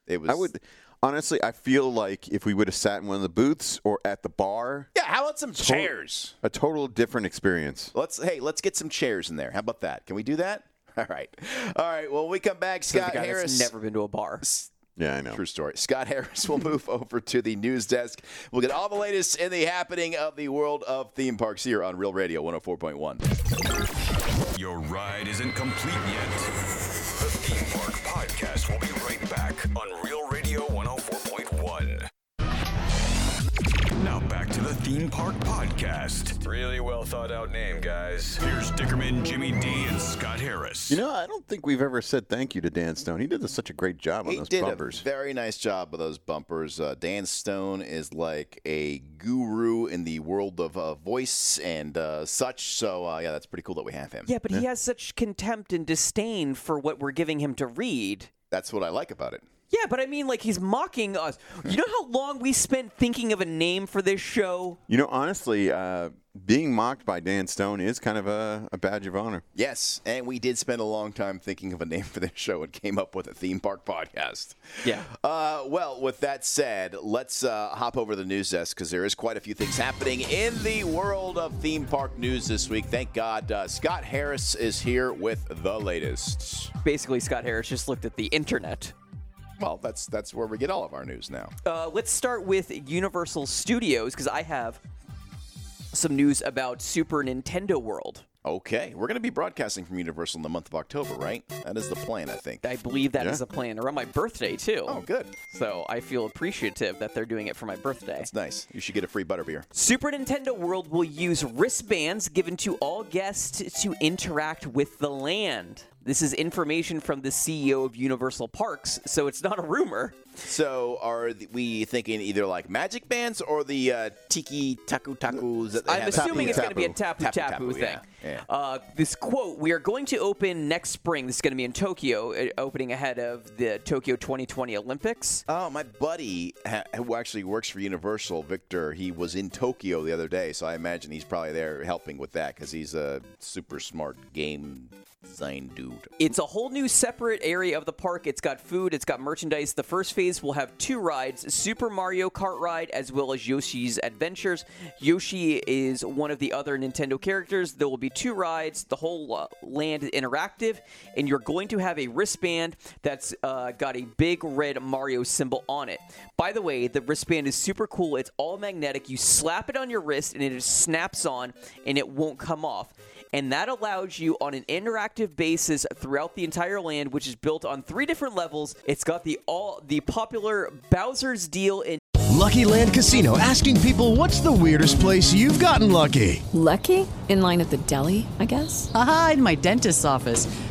Speaker 4: It was.
Speaker 6: I would honestly, I feel like if we would have sat in one of the booths or at the bar,
Speaker 4: Yeah. How about some chairs?
Speaker 6: a total different experience.
Speaker 4: Let's hey, let's get some chairs in there. How about that? Can we do that? All right. All right. Well, when we come back,
Speaker 5: This is
Speaker 4: Scott
Speaker 5: the guy
Speaker 4: Harris.
Speaker 5: that's never been to a bar.
Speaker 6: Yeah, I know.
Speaker 4: True story. Scott Harris will move over to the news desk. We'll get all the latest in the happening of the world of theme parks here on Real Radio 104.1.
Speaker 2: Your ride isn't complete yet. The Theme Park Podcast will be right back on Real Radio 104.1. Now back to the Theme Park Podcast. Really well thought out name, guys. Here's Dickerman, Jimmy D, and Scott Harris.
Speaker 6: You know, I don't think we've ever said thank you to Dan Stone. He did such a great job on
Speaker 4: He
Speaker 6: those
Speaker 4: did
Speaker 6: bumpers.
Speaker 4: a very nice job with those bumpers. Uh, Dan Stone is like a guru in the world of uh, voice and uh, such. So uh, yeah, that's pretty cool that we have him.
Speaker 5: Yeah, but he has such contempt and disdain for what we're giving him to read.
Speaker 4: That's what I like about it.
Speaker 5: Yeah, but I mean, like, he's mocking us. You know how long we spent thinking of a name for this show?
Speaker 6: You know, honestly, uh, being mocked by Dan Stone is kind of a, a badge of honor.
Speaker 4: Yes, and we did spend a long time thinking of a name for this show and came up with a theme park podcast.
Speaker 5: Yeah.
Speaker 4: Uh, well, with that said, let's uh, hop over to the news desk because there is quite a few things happening in the world of theme park news this week. Thank God uh, Scott Harris is here with the latest.
Speaker 5: Basically, Scott Harris just looked at the internet.
Speaker 4: Well, that's that's where we get all of our news now.
Speaker 5: Uh, let's start with Universal Studios because I have some news about Super Nintendo World.
Speaker 4: Okay, we're going to be broadcasting from Universal in the month of October, right? That is the plan, I think.
Speaker 5: I believe that is
Speaker 6: Yeah.
Speaker 5: the plan, around my birthday too.
Speaker 4: Oh, good.
Speaker 5: So I feel appreciative that they're doing it for my birthday.
Speaker 4: It's nice. You should get a free butterbeer.
Speaker 5: Super Nintendo World will use wristbands given to all guests to interact with the land. This is information from the CEO of Universal Parks, so it's not a rumor.
Speaker 4: So, are th- we thinking either like magic bands or the uh, tiki taku takus? That they
Speaker 5: I'm
Speaker 4: have at
Speaker 5: assuming
Speaker 4: the,
Speaker 5: it's
Speaker 4: uh,
Speaker 5: going to be a tapu tapu, thing.
Speaker 4: yeah, yeah.
Speaker 5: Uh, this quote: "We are going to open next spring. This is going to be in Tokyo, uh, opening ahead of the Tokyo 2020 Olympics."
Speaker 4: Oh, my buddy ha- who actually works for Universal, Victor, he was in Tokyo the other day, so I imagine he's probably there helping with that because he's a super smart game design dude.
Speaker 5: It's a whole new separate area of the park. It's got food, it's got merchandise. The first phase will have two rides Super Mario Kart Ride, as well as Yoshi's Adventures. Yoshi is one of the other Nintendo characters. There will be two rides. The whole uh, land is interactive, and you're going to have a wristband that's uh, got a big red Mario symbol on it. By the way, the wristband is super cool. It's all magnetic. You slap it on your wrist, and it just snaps on, and it won't come off and that allows you on an interactive basis throughout the entire land which is built on three different levels it's got the all the popular bowser's deal in
Speaker 8: Lucky Land Casino asking people what's the weirdest place you've gotten lucky?
Speaker 9: Lucky? In line at the deli, I guess?
Speaker 10: Aha, in my dentist's office.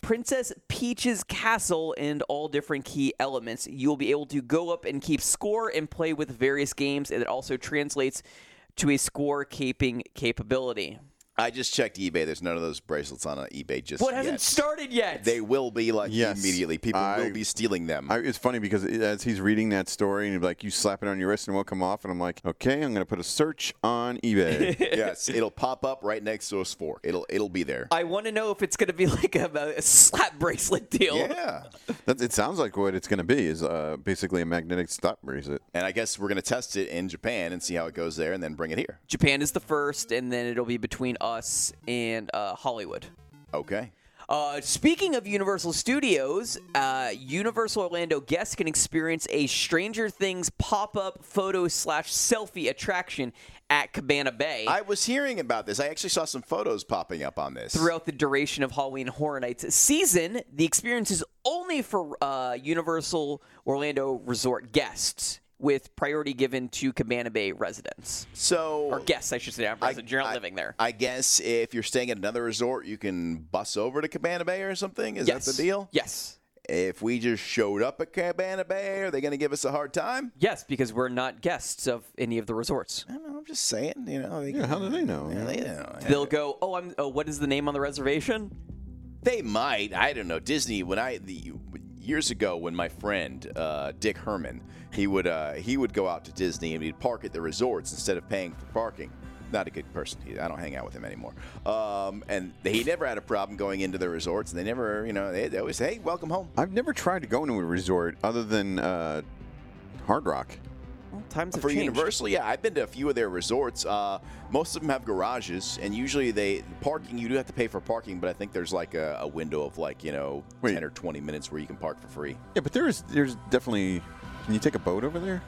Speaker 5: princess peach's castle and all different key elements you'll be able to go up and keep score and play with various games and it also translates to a score caping capability
Speaker 4: I just checked eBay. There's none of those bracelets on uh, eBay just
Speaker 5: what hasn't
Speaker 4: yet.
Speaker 5: started yet
Speaker 4: They will be like
Speaker 6: Yes.
Speaker 4: immediately. People
Speaker 6: I-
Speaker 4: will be stealing them.
Speaker 6: I, it's funny because it- as he's reading that story and he'd be like, you slap it on your wrist and it won't come off. And I'm like, okay, I'm going to put a search on eBay.
Speaker 4: yes, it'll pop up right next to us four. It'll it'll be there.
Speaker 5: i want to know if it's going to be like a, a slap bracelet deal
Speaker 4: yeah.
Speaker 6: that, it sounds like what it's going to be is uh, basically a magnetic stop bracelet.
Speaker 4: And I guess we're going to test it in Japan and see how it goes there and then bring it here.
Speaker 5: Japan is the first, and then it'll be between us and uh, Hollywood.
Speaker 4: Okay.
Speaker 5: Uh, speaking of Universal Studios, uh, Universal Orlando guests can experience a Stranger Things pop-up photo slash selfie attraction at Cabana Bay
Speaker 4: I was hearing about this. I actually saw some photos popping up on this.
Speaker 5: throughout the duration of Halloween Horror Nights season. The experience is only for uh, Universal Orlando Resort guests, with priority given to Cabana Bay residents
Speaker 4: So
Speaker 5: or guests, I should say. not residents. You're not living there.
Speaker 4: I guess if you're staying at another resort, you can bus over to Cabana Bay or something. Is
Speaker 5: yes.
Speaker 4: that the deal?
Speaker 5: Yes.
Speaker 4: If we just showed up at Cabana Bay, are they going to give us a hard time?
Speaker 5: Yes, because we're not guests of any of the resorts.
Speaker 4: I don't know. I'm just saying. You know, they,
Speaker 6: Yeah, how do they know?
Speaker 4: Yeah, they, know.
Speaker 5: They'll go, oh, I'm. Oh, what is the name on the reservation?
Speaker 4: They might. I don't know. Disney. When I the, years ago, when my friend uh, Dick Herman, he would uh, he would go out to Disney and he'd park at the resorts instead of paying for parking. Not a good person. He, I don't hang out with him anymore. Um, and he never had a problem going into the resorts. And they never, you know, they, they always say, "Hey, welcome home."
Speaker 6: I've never tried to go into a resort other than uh, Hard Rock.
Speaker 5: Times have
Speaker 4: For
Speaker 5: changed.
Speaker 4: Universal, yeah, I've been to a few of their resorts. Uh, most of them have garages, and usually they parking. You do have to pay for parking, but I think there's like a, a window of like you know
Speaker 6: Wait.
Speaker 4: ten or twenty minutes where you can park for free.
Speaker 6: Yeah, but there is there's definitely. Can you take a boat over there?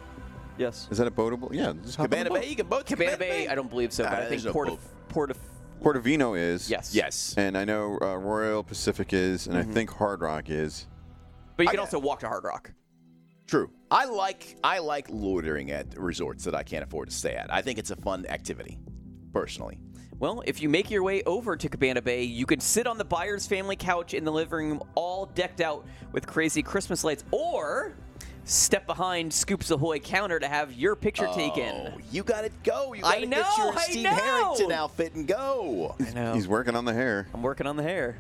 Speaker 5: Yes.
Speaker 6: Is that a boatable? Yeah, just hop on
Speaker 4: Cabana
Speaker 6: the boat.
Speaker 4: Bay, you can both
Speaker 5: Cabana Bay, I don't believe so,
Speaker 4: Nah,
Speaker 5: but I think
Speaker 4: there's no
Speaker 5: Port
Speaker 4: boat.
Speaker 5: of, Port of.
Speaker 6: Portofino is.
Speaker 5: Yes.
Speaker 4: Yes.
Speaker 6: And I know uh, Royal Pacific is, and I think Hard Rock is.
Speaker 5: But you can also walk to Hard Rock.
Speaker 4: True. I like I like loitering at resorts that I can't afford to stay at. I think it's a fun activity, personally.
Speaker 5: Well, if you make your way over to Cabana Bay, you can sit on the buyer's family couch in the living room, all decked out with crazy Christmas lights, or step behind Scoops Ahoy counter to have your picture taken.
Speaker 4: Oh, you got to go. You
Speaker 5: I
Speaker 4: got to get
Speaker 5: know,
Speaker 4: your
Speaker 5: I
Speaker 4: Steve
Speaker 5: know.
Speaker 4: Harrington outfit and go.
Speaker 5: I know.
Speaker 6: He's working on the hair.
Speaker 5: I'm working on the hair.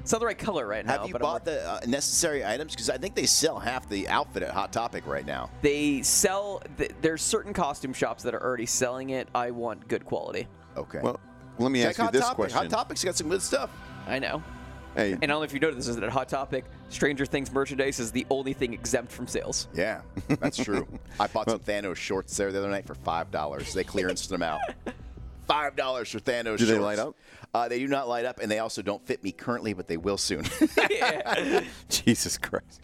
Speaker 5: It's not the right color right now.
Speaker 4: Have you
Speaker 5: but I'm
Speaker 4: bought the uh, necessary items? Because I think they sell half the outfit at Hot Topic right now.
Speaker 5: They sell. Th- there's certain costume shops that are already selling it. I want good quality.
Speaker 4: Okay.
Speaker 6: Well, let me
Speaker 4: Check
Speaker 6: ask you
Speaker 4: Hot
Speaker 6: this
Speaker 4: Topic.
Speaker 6: question.
Speaker 4: Hot Topic's got some good stuff.
Speaker 5: I know.
Speaker 6: Hey.
Speaker 5: And I don't know if you noticed, this is a hot topic. Stranger Things merchandise is the only thing exempt from sales.
Speaker 4: Yeah, that's true. I bought some Thanos shorts there the other night for five dollars. They clearanced them out. Five dollars for Thanos.
Speaker 6: Do they
Speaker 4: shorts.
Speaker 6: light up?
Speaker 4: Uh, they do not light up, and they also don't fit me currently, but they will soon.
Speaker 6: Jesus Christ.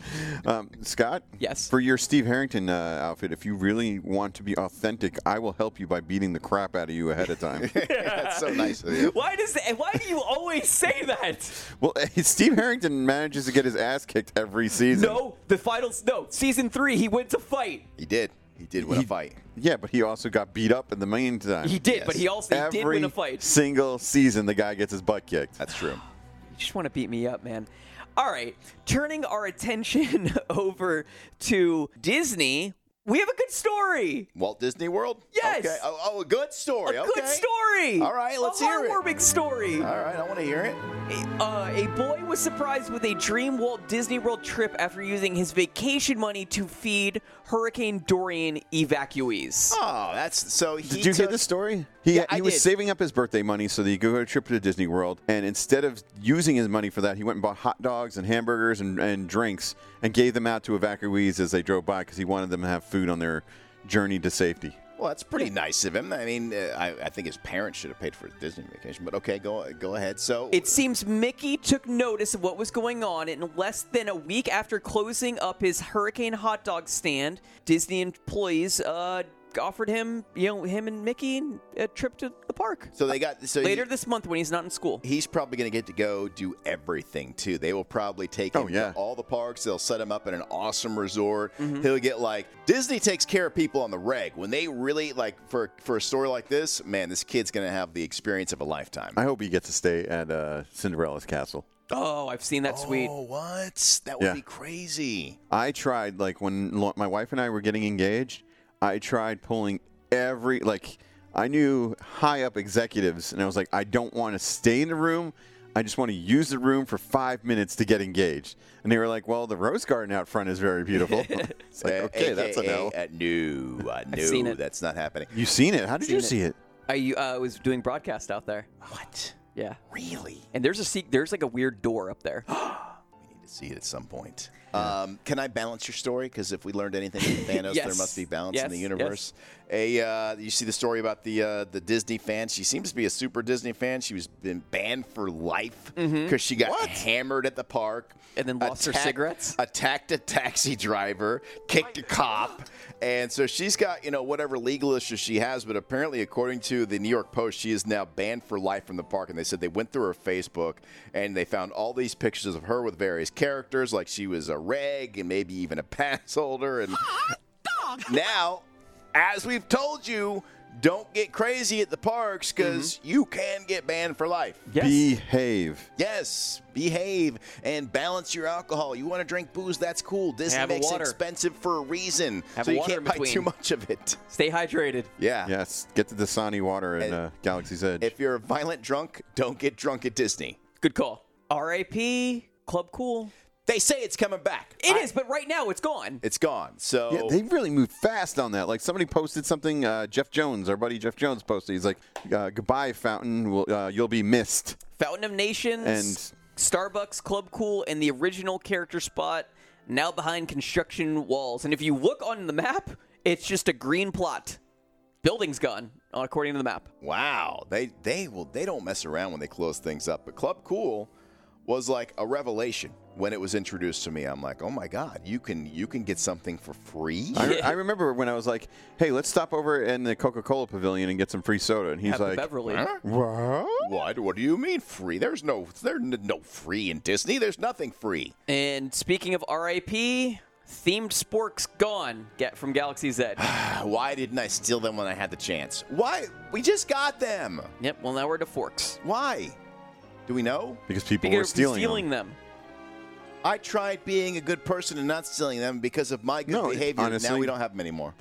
Speaker 6: Um, Scott?
Speaker 5: Yes.
Speaker 6: For your Steve Harrington uh, outfit, if you really want to be authentic, I will help you by beating the crap out of you ahead of time.
Speaker 4: that's so nice of you.
Speaker 5: Why does that, why do you always say that?
Speaker 6: well, Steve Harrington manages to get his ass kicked every season.
Speaker 5: No, the finals. No, season three, he went to fight.
Speaker 4: He did. He did win a fight.
Speaker 6: Yeah, but he also got beat up in the meantime.
Speaker 5: He did, but he also he
Speaker 6: Every
Speaker 5: did win a fight.
Speaker 6: single season, the guy gets his butt kicked.
Speaker 4: That's true.
Speaker 5: You just want to beat me up, man. All right, turning our attention over to Disney, we have a good story.
Speaker 4: Walt Disney World.
Speaker 5: Yes.
Speaker 4: Okay. Oh, oh, a good story.
Speaker 5: A
Speaker 4: okay.
Speaker 5: good story.
Speaker 4: All right, let's
Speaker 5: a
Speaker 4: hear it.
Speaker 5: heartwarming story.
Speaker 4: All right, I want to hear it.
Speaker 5: Uh, a boy was surprised with a dream Walt Disney World trip after using his vacation money to feed Hurricane Dorian evacuees.
Speaker 4: Oh, that's so. He
Speaker 6: Did you hear
Speaker 4: took-
Speaker 6: this story? He,
Speaker 4: Yeah,
Speaker 6: he
Speaker 4: I
Speaker 6: was
Speaker 4: did.
Speaker 6: saving up his birthday money so that he could go on a trip to Disney World. And instead of using his money for that, he went and bought hot dogs and hamburgers and, and drinks and gave them out to evacuees as they drove by because he wanted them to have food on their journey to safety.
Speaker 4: Well, that's pretty nice of him. I mean, uh, I, I think his parents should have paid for his Disney vacation, but okay, go go ahead. So
Speaker 5: It seems Mickey took notice of what was going on, and less than a week after closing up his Hurricane hot dog stand, Disney employees uh, offered him, you know, him and Mickey a trip to the park.
Speaker 4: so they got so he-
Speaker 5: Later this month, when he's not in school,
Speaker 4: he's probably going to get to go do everything too. They will probably take him
Speaker 6: Oh, yeah. Mm-hmm.
Speaker 4: to all the parks. They'll set him up in an awesome resort. He'll get like Disney takes care of people on the reg. When they really like for for a story like this, man, this kid's going to have the experience of a lifetime.
Speaker 6: I hope he gets to stay at uh, Cinderella's castle.
Speaker 5: oh, I've seen that suite.
Speaker 4: Oh, what? That would
Speaker 6: Yeah.
Speaker 4: be crazy.
Speaker 6: I tried like when lo- my wife and I were getting engaged. I tried pulling every like I knew high up executives, and I was like, I don't want to stay in the room. I just want to use the room for five minutes to get engaged. And they were like, Well, the rose garden out front is very beautiful. it's like,
Speaker 4: Uh,
Speaker 6: okay, that's a
Speaker 4: AKA,
Speaker 6: no.
Speaker 4: Uh, no, uh, no,
Speaker 5: seen it.
Speaker 4: that's not happening.
Speaker 6: You seen it? How did you see it?
Speaker 5: I uh, was doing broadcast out there.
Speaker 4: What?
Speaker 5: Yeah,
Speaker 4: Really?
Speaker 5: and there's a se- there's like a weird door up there.
Speaker 4: to see it at some point. Um, can I balance your story? Because if we learned anything from Thanos, there
Speaker 5: Yes.
Speaker 4: must be balance in the
Speaker 5: Yes,
Speaker 4: universe. A uh, you see the story about the uh, the Disney fan. She seems to be a super Disney fan. She was been banned for life because she got hammered at the park
Speaker 5: Mm-hmm. And then lost her cigarettes?
Speaker 4: Attacked a taxi driver, kicked a cop, and so she's got you know whatever legal issues she has. But apparently, according to the New York Post, she is now banned for life from the park. And they said they went through her Facebook and they found all these pictures of her with various characters, like she was a reg and maybe even a pass holder. And now, as we've told you, don't get crazy at the parks because
Speaker 5: Mm-hmm.
Speaker 4: you can get banned for life.
Speaker 5: Yes.
Speaker 6: Behave.
Speaker 4: Yes, behave and balance your alcohol. You want to drink booze, that's cool. Disney
Speaker 5: Have a
Speaker 4: makes it
Speaker 5: water.
Speaker 4: expensive for a reason,
Speaker 5: Have
Speaker 4: so
Speaker 5: a
Speaker 4: you
Speaker 5: water
Speaker 4: can't
Speaker 5: in
Speaker 4: buy
Speaker 5: between.
Speaker 4: too much of it.
Speaker 5: Stay hydrated.
Speaker 4: Yeah.
Speaker 6: Yes, get the Dasani water in uh, Galaxy's Edge.
Speaker 4: If you're a violent drunk, don't get drunk at Disney.
Speaker 5: Good call. R.I.P. Club Cool.
Speaker 4: They say it's coming back.
Speaker 5: It is,
Speaker 4: I-
Speaker 5: but right now it's gone.
Speaker 4: It's gone. So
Speaker 6: Yeah, they really moved fast on that. Like somebody posted something. Uh, Jeff Jones, our buddy Jeff Jones, posted. He's like, uh, "Goodbye, fountain. We'll, uh, you'll be missed."
Speaker 5: Fountain of Nations
Speaker 6: And-
Speaker 5: Starbucks, Club Cool, and the original character spot now behind construction walls. And if you look on the map, it's just a green plot. Building's gone, according to the map.
Speaker 4: wow, they they will they don't mess around when they close things up. But Club Cool was like a revelation when it was introduced to me. I'm like, oh my god, you can you can get something for free.
Speaker 6: I, I remember when I was like, "Hey, let's stop over in the Coca-Cola Pavilion and get some free soda," and he's
Speaker 5: Happy
Speaker 6: like,
Speaker 5: Beverly.
Speaker 6: "What?"
Speaker 4: What? What do you mean free? There's no there's no free in Disney. There's nothing free.
Speaker 5: And speaking of RIP, themed sporks gone get from Galaxy's Edge.
Speaker 4: Uh, Why didn't I steal them when I had the chance? Why? We just got them.
Speaker 5: yep, well now we're to forks.
Speaker 4: Why? Do we know?
Speaker 6: Because people
Speaker 5: Because
Speaker 6: were stealing, them.
Speaker 5: them.
Speaker 4: I tried being a good person and not stealing them because of my good
Speaker 6: No,
Speaker 4: behavior. now
Speaker 6: honestly-
Speaker 4: we don't have them anymore.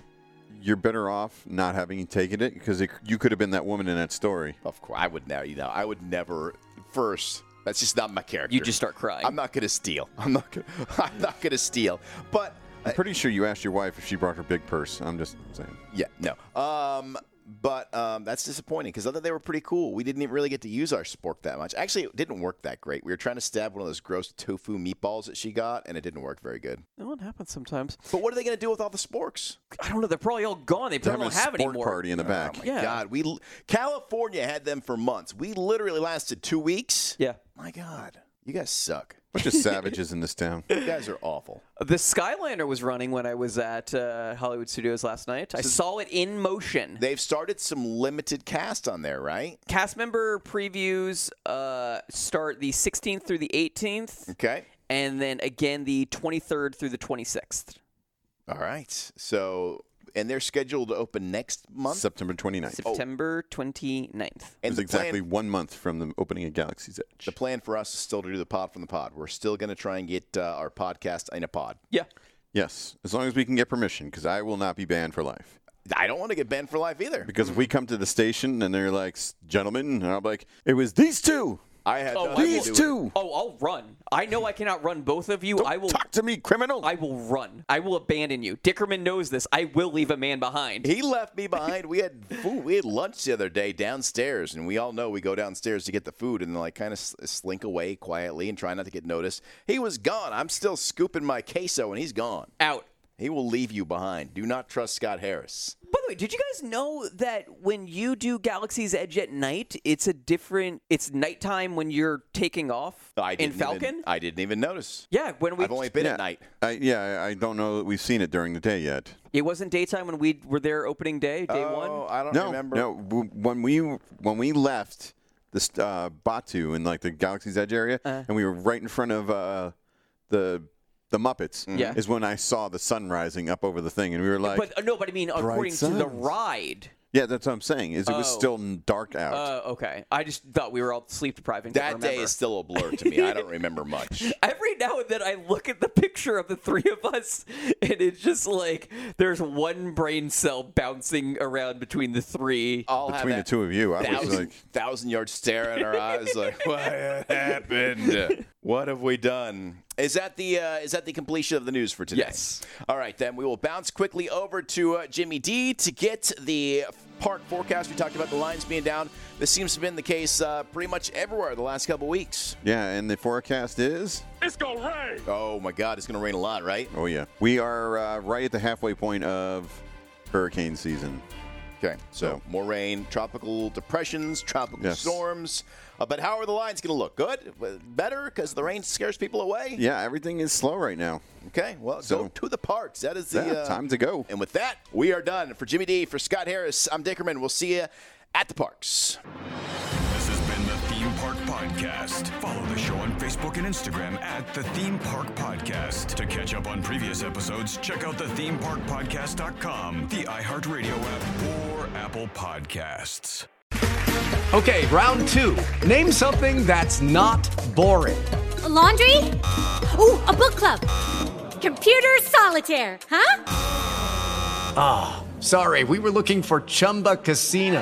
Speaker 6: You're better off not having taken it because it, you could have been that woman in that story.
Speaker 4: Of course, I would now. You know, I would never. First, that's just not my character.
Speaker 5: You just start crying.
Speaker 4: I'm not gonna steal. I'm not gonna. I'm not gonna steal. But uh,
Speaker 6: I'm pretty sure you asked your wife if she brought her big purse. I'm just saying.
Speaker 4: Yeah, no. Um, But um, that's disappointing because I thought they were pretty cool. We didn't even really get to use our spork that much. Actually, it didn't work that great. We were trying to stab one of those gross tofu meatballs that she got, and it didn't work very good.
Speaker 5: No, it happens sometimes.
Speaker 4: But what are they going to do with all the sporks?
Speaker 5: I don't know. They're probably all gone. They probably don't have any more.
Speaker 6: party in the back.
Speaker 4: Oh My God, we l- California had them for months. We literally lasted two weeks.
Speaker 5: Yeah.
Speaker 4: My God, you guys suck.
Speaker 6: Bunch of savages in this town.
Speaker 4: You guys are awful.
Speaker 5: The Skylander was running when I was at uh, Hollywood Studios last night. I saw it in motion.
Speaker 4: They've started some limited cast on there, right?
Speaker 5: Cast member previews uh, start the 16th through the 18th,
Speaker 4: Okay.
Speaker 5: and then again the 23rd through the 26th.
Speaker 6: Oh.
Speaker 4: All right. So, and they're scheduled to open next month. Oh,
Speaker 6: September 29th.
Speaker 5: September 29th.
Speaker 4: and
Speaker 6: It's
Speaker 4: the plan-
Speaker 6: exactly one month from the opening of Galaxy's Edge.
Speaker 4: The plan for us is still to do the pod from the pod. We're still going to try and get uh, our podcast in a pod.
Speaker 5: Yeah.
Speaker 6: Yes, as long as we can get permission, because I will not be banned for life.
Speaker 4: I don't want to get banned for life either.
Speaker 6: Because if we come to the station and they're like, "S- gentlemen, and I'm like, it was these two.
Speaker 4: I had
Speaker 5: Oh,
Speaker 4: nothing to
Speaker 6: These
Speaker 4: do with it.
Speaker 6: two.
Speaker 5: Oh, I'll run. I know I cannot run both of you. I will.
Speaker 6: Talk to me, criminal.
Speaker 5: I will run. I will abandon you. Dickerman knows this. I will leave a man behind.
Speaker 4: He left me behind. We had food. We had lunch the other day downstairs, and we all know we go downstairs to get the food and like kind of s- slink away quietly and try not to get noticed. He was gone. I'm still scooping my queso, and he's gone.
Speaker 5: Out.
Speaker 4: He will leave you behind. Do not trust Scott Harris.
Speaker 5: By the way, did you guys know that when you do Galaxy's Edge at night, it's a different. It's nighttime when you're taking off
Speaker 4: I
Speaker 5: in
Speaker 4: didn't
Speaker 5: Falcon.
Speaker 4: Even, I didn't even notice.
Speaker 5: yeah, when we
Speaker 4: I've only been at night.
Speaker 6: I, yeah, I- I don't know that we've seen it during the day yet.
Speaker 5: it wasn't daytime when we were there opening day, day
Speaker 4: Oh,
Speaker 5: one.
Speaker 4: I don't
Speaker 6: no,
Speaker 4: remember.
Speaker 6: no. w- When we when we left this uh, Batu in like the Galaxy's Edge area,
Speaker 4: Uh-huh.
Speaker 6: and we were right in front of uh, the the Muppets,
Speaker 4: Mm-hmm.
Speaker 5: Yeah.
Speaker 6: is when I saw the sun rising up over the thing, and we were like,
Speaker 5: But uh, no, but I mean according to the
Speaker 6: suns.
Speaker 5: ride.
Speaker 6: "Yeah, that's what I'm saying." Is it was
Speaker 5: Oh.
Speaker 6: still n- dark out.
Speaker 5: Uh, okay, I just thought we were all sleep deprived. and
Speaker 4: that
Speaker 5: didn't
Speaker 4: day
Speaker 5: remember.
Speaker 4: is still a blur to me. I don't remember much.
Speaker 5: Every now and then I look at the picture of the three of us, and it's just like there's one brain cell bouncing around between the three.
Speaker 4: I'll have
Speaker 6: Between the
Speaker 4: that
Speaker 6: two of you, I was
Speaker 4: thousand,
Speaker 6: like,
Speaker 4: thousand yard stare in our eyes, like what happened? What have we done? Is that the uh, is that the completion of the news for today?
Speaker 5: Yes.
Speaker 4: All right, then we will bounce quickly over to uh, Jimmy D to get the park forecast. We talked about the lines being down. This seems to have been the case uh, pretty much everywhere the last couple weeks.
Speaker 6: "Yeah." And the forecast is,
Speaker 4: Oh my God, it's going to rain a lot, right?
Speaker 6: oh yeah, we are uh, right at the halfway point of hurricane season.
Speaker 4: Okay, so more rain, tropical depressions, tropical
Speaker 6: Yes.
Speaker 4: storms. Uh, but how are the lines going to look? Good, better because the rain scares people away.
Speaker 6: Yeah, everything is slow right now.
Speaker 4: Okay, well,
Speaker 6: So-
Speaker 4: go to the parks. That is the uh,
Speaker 6: Yeah, time to go.
Speaker 4: And with that, we are done. For Jimmy D, for Scott Harris, I'm Dickerman. We'll see you at the parks.
Speaker 2: This has been the Theme Park Podcast. Follow the show on Facebook and Instagram at the Theme Park Podcast. To catch up on previous episodes, check out the themeparkpodcast.com, the iHeartRadio app, or Apple Podcasts.
Speaker 8: Okay, round two. Name something that's not boring.
Speaker 11: laundry? Ooh, a book club. Computer solitaire, huh?
Speaker 8: Sorry, we were looking for Chumba Casino.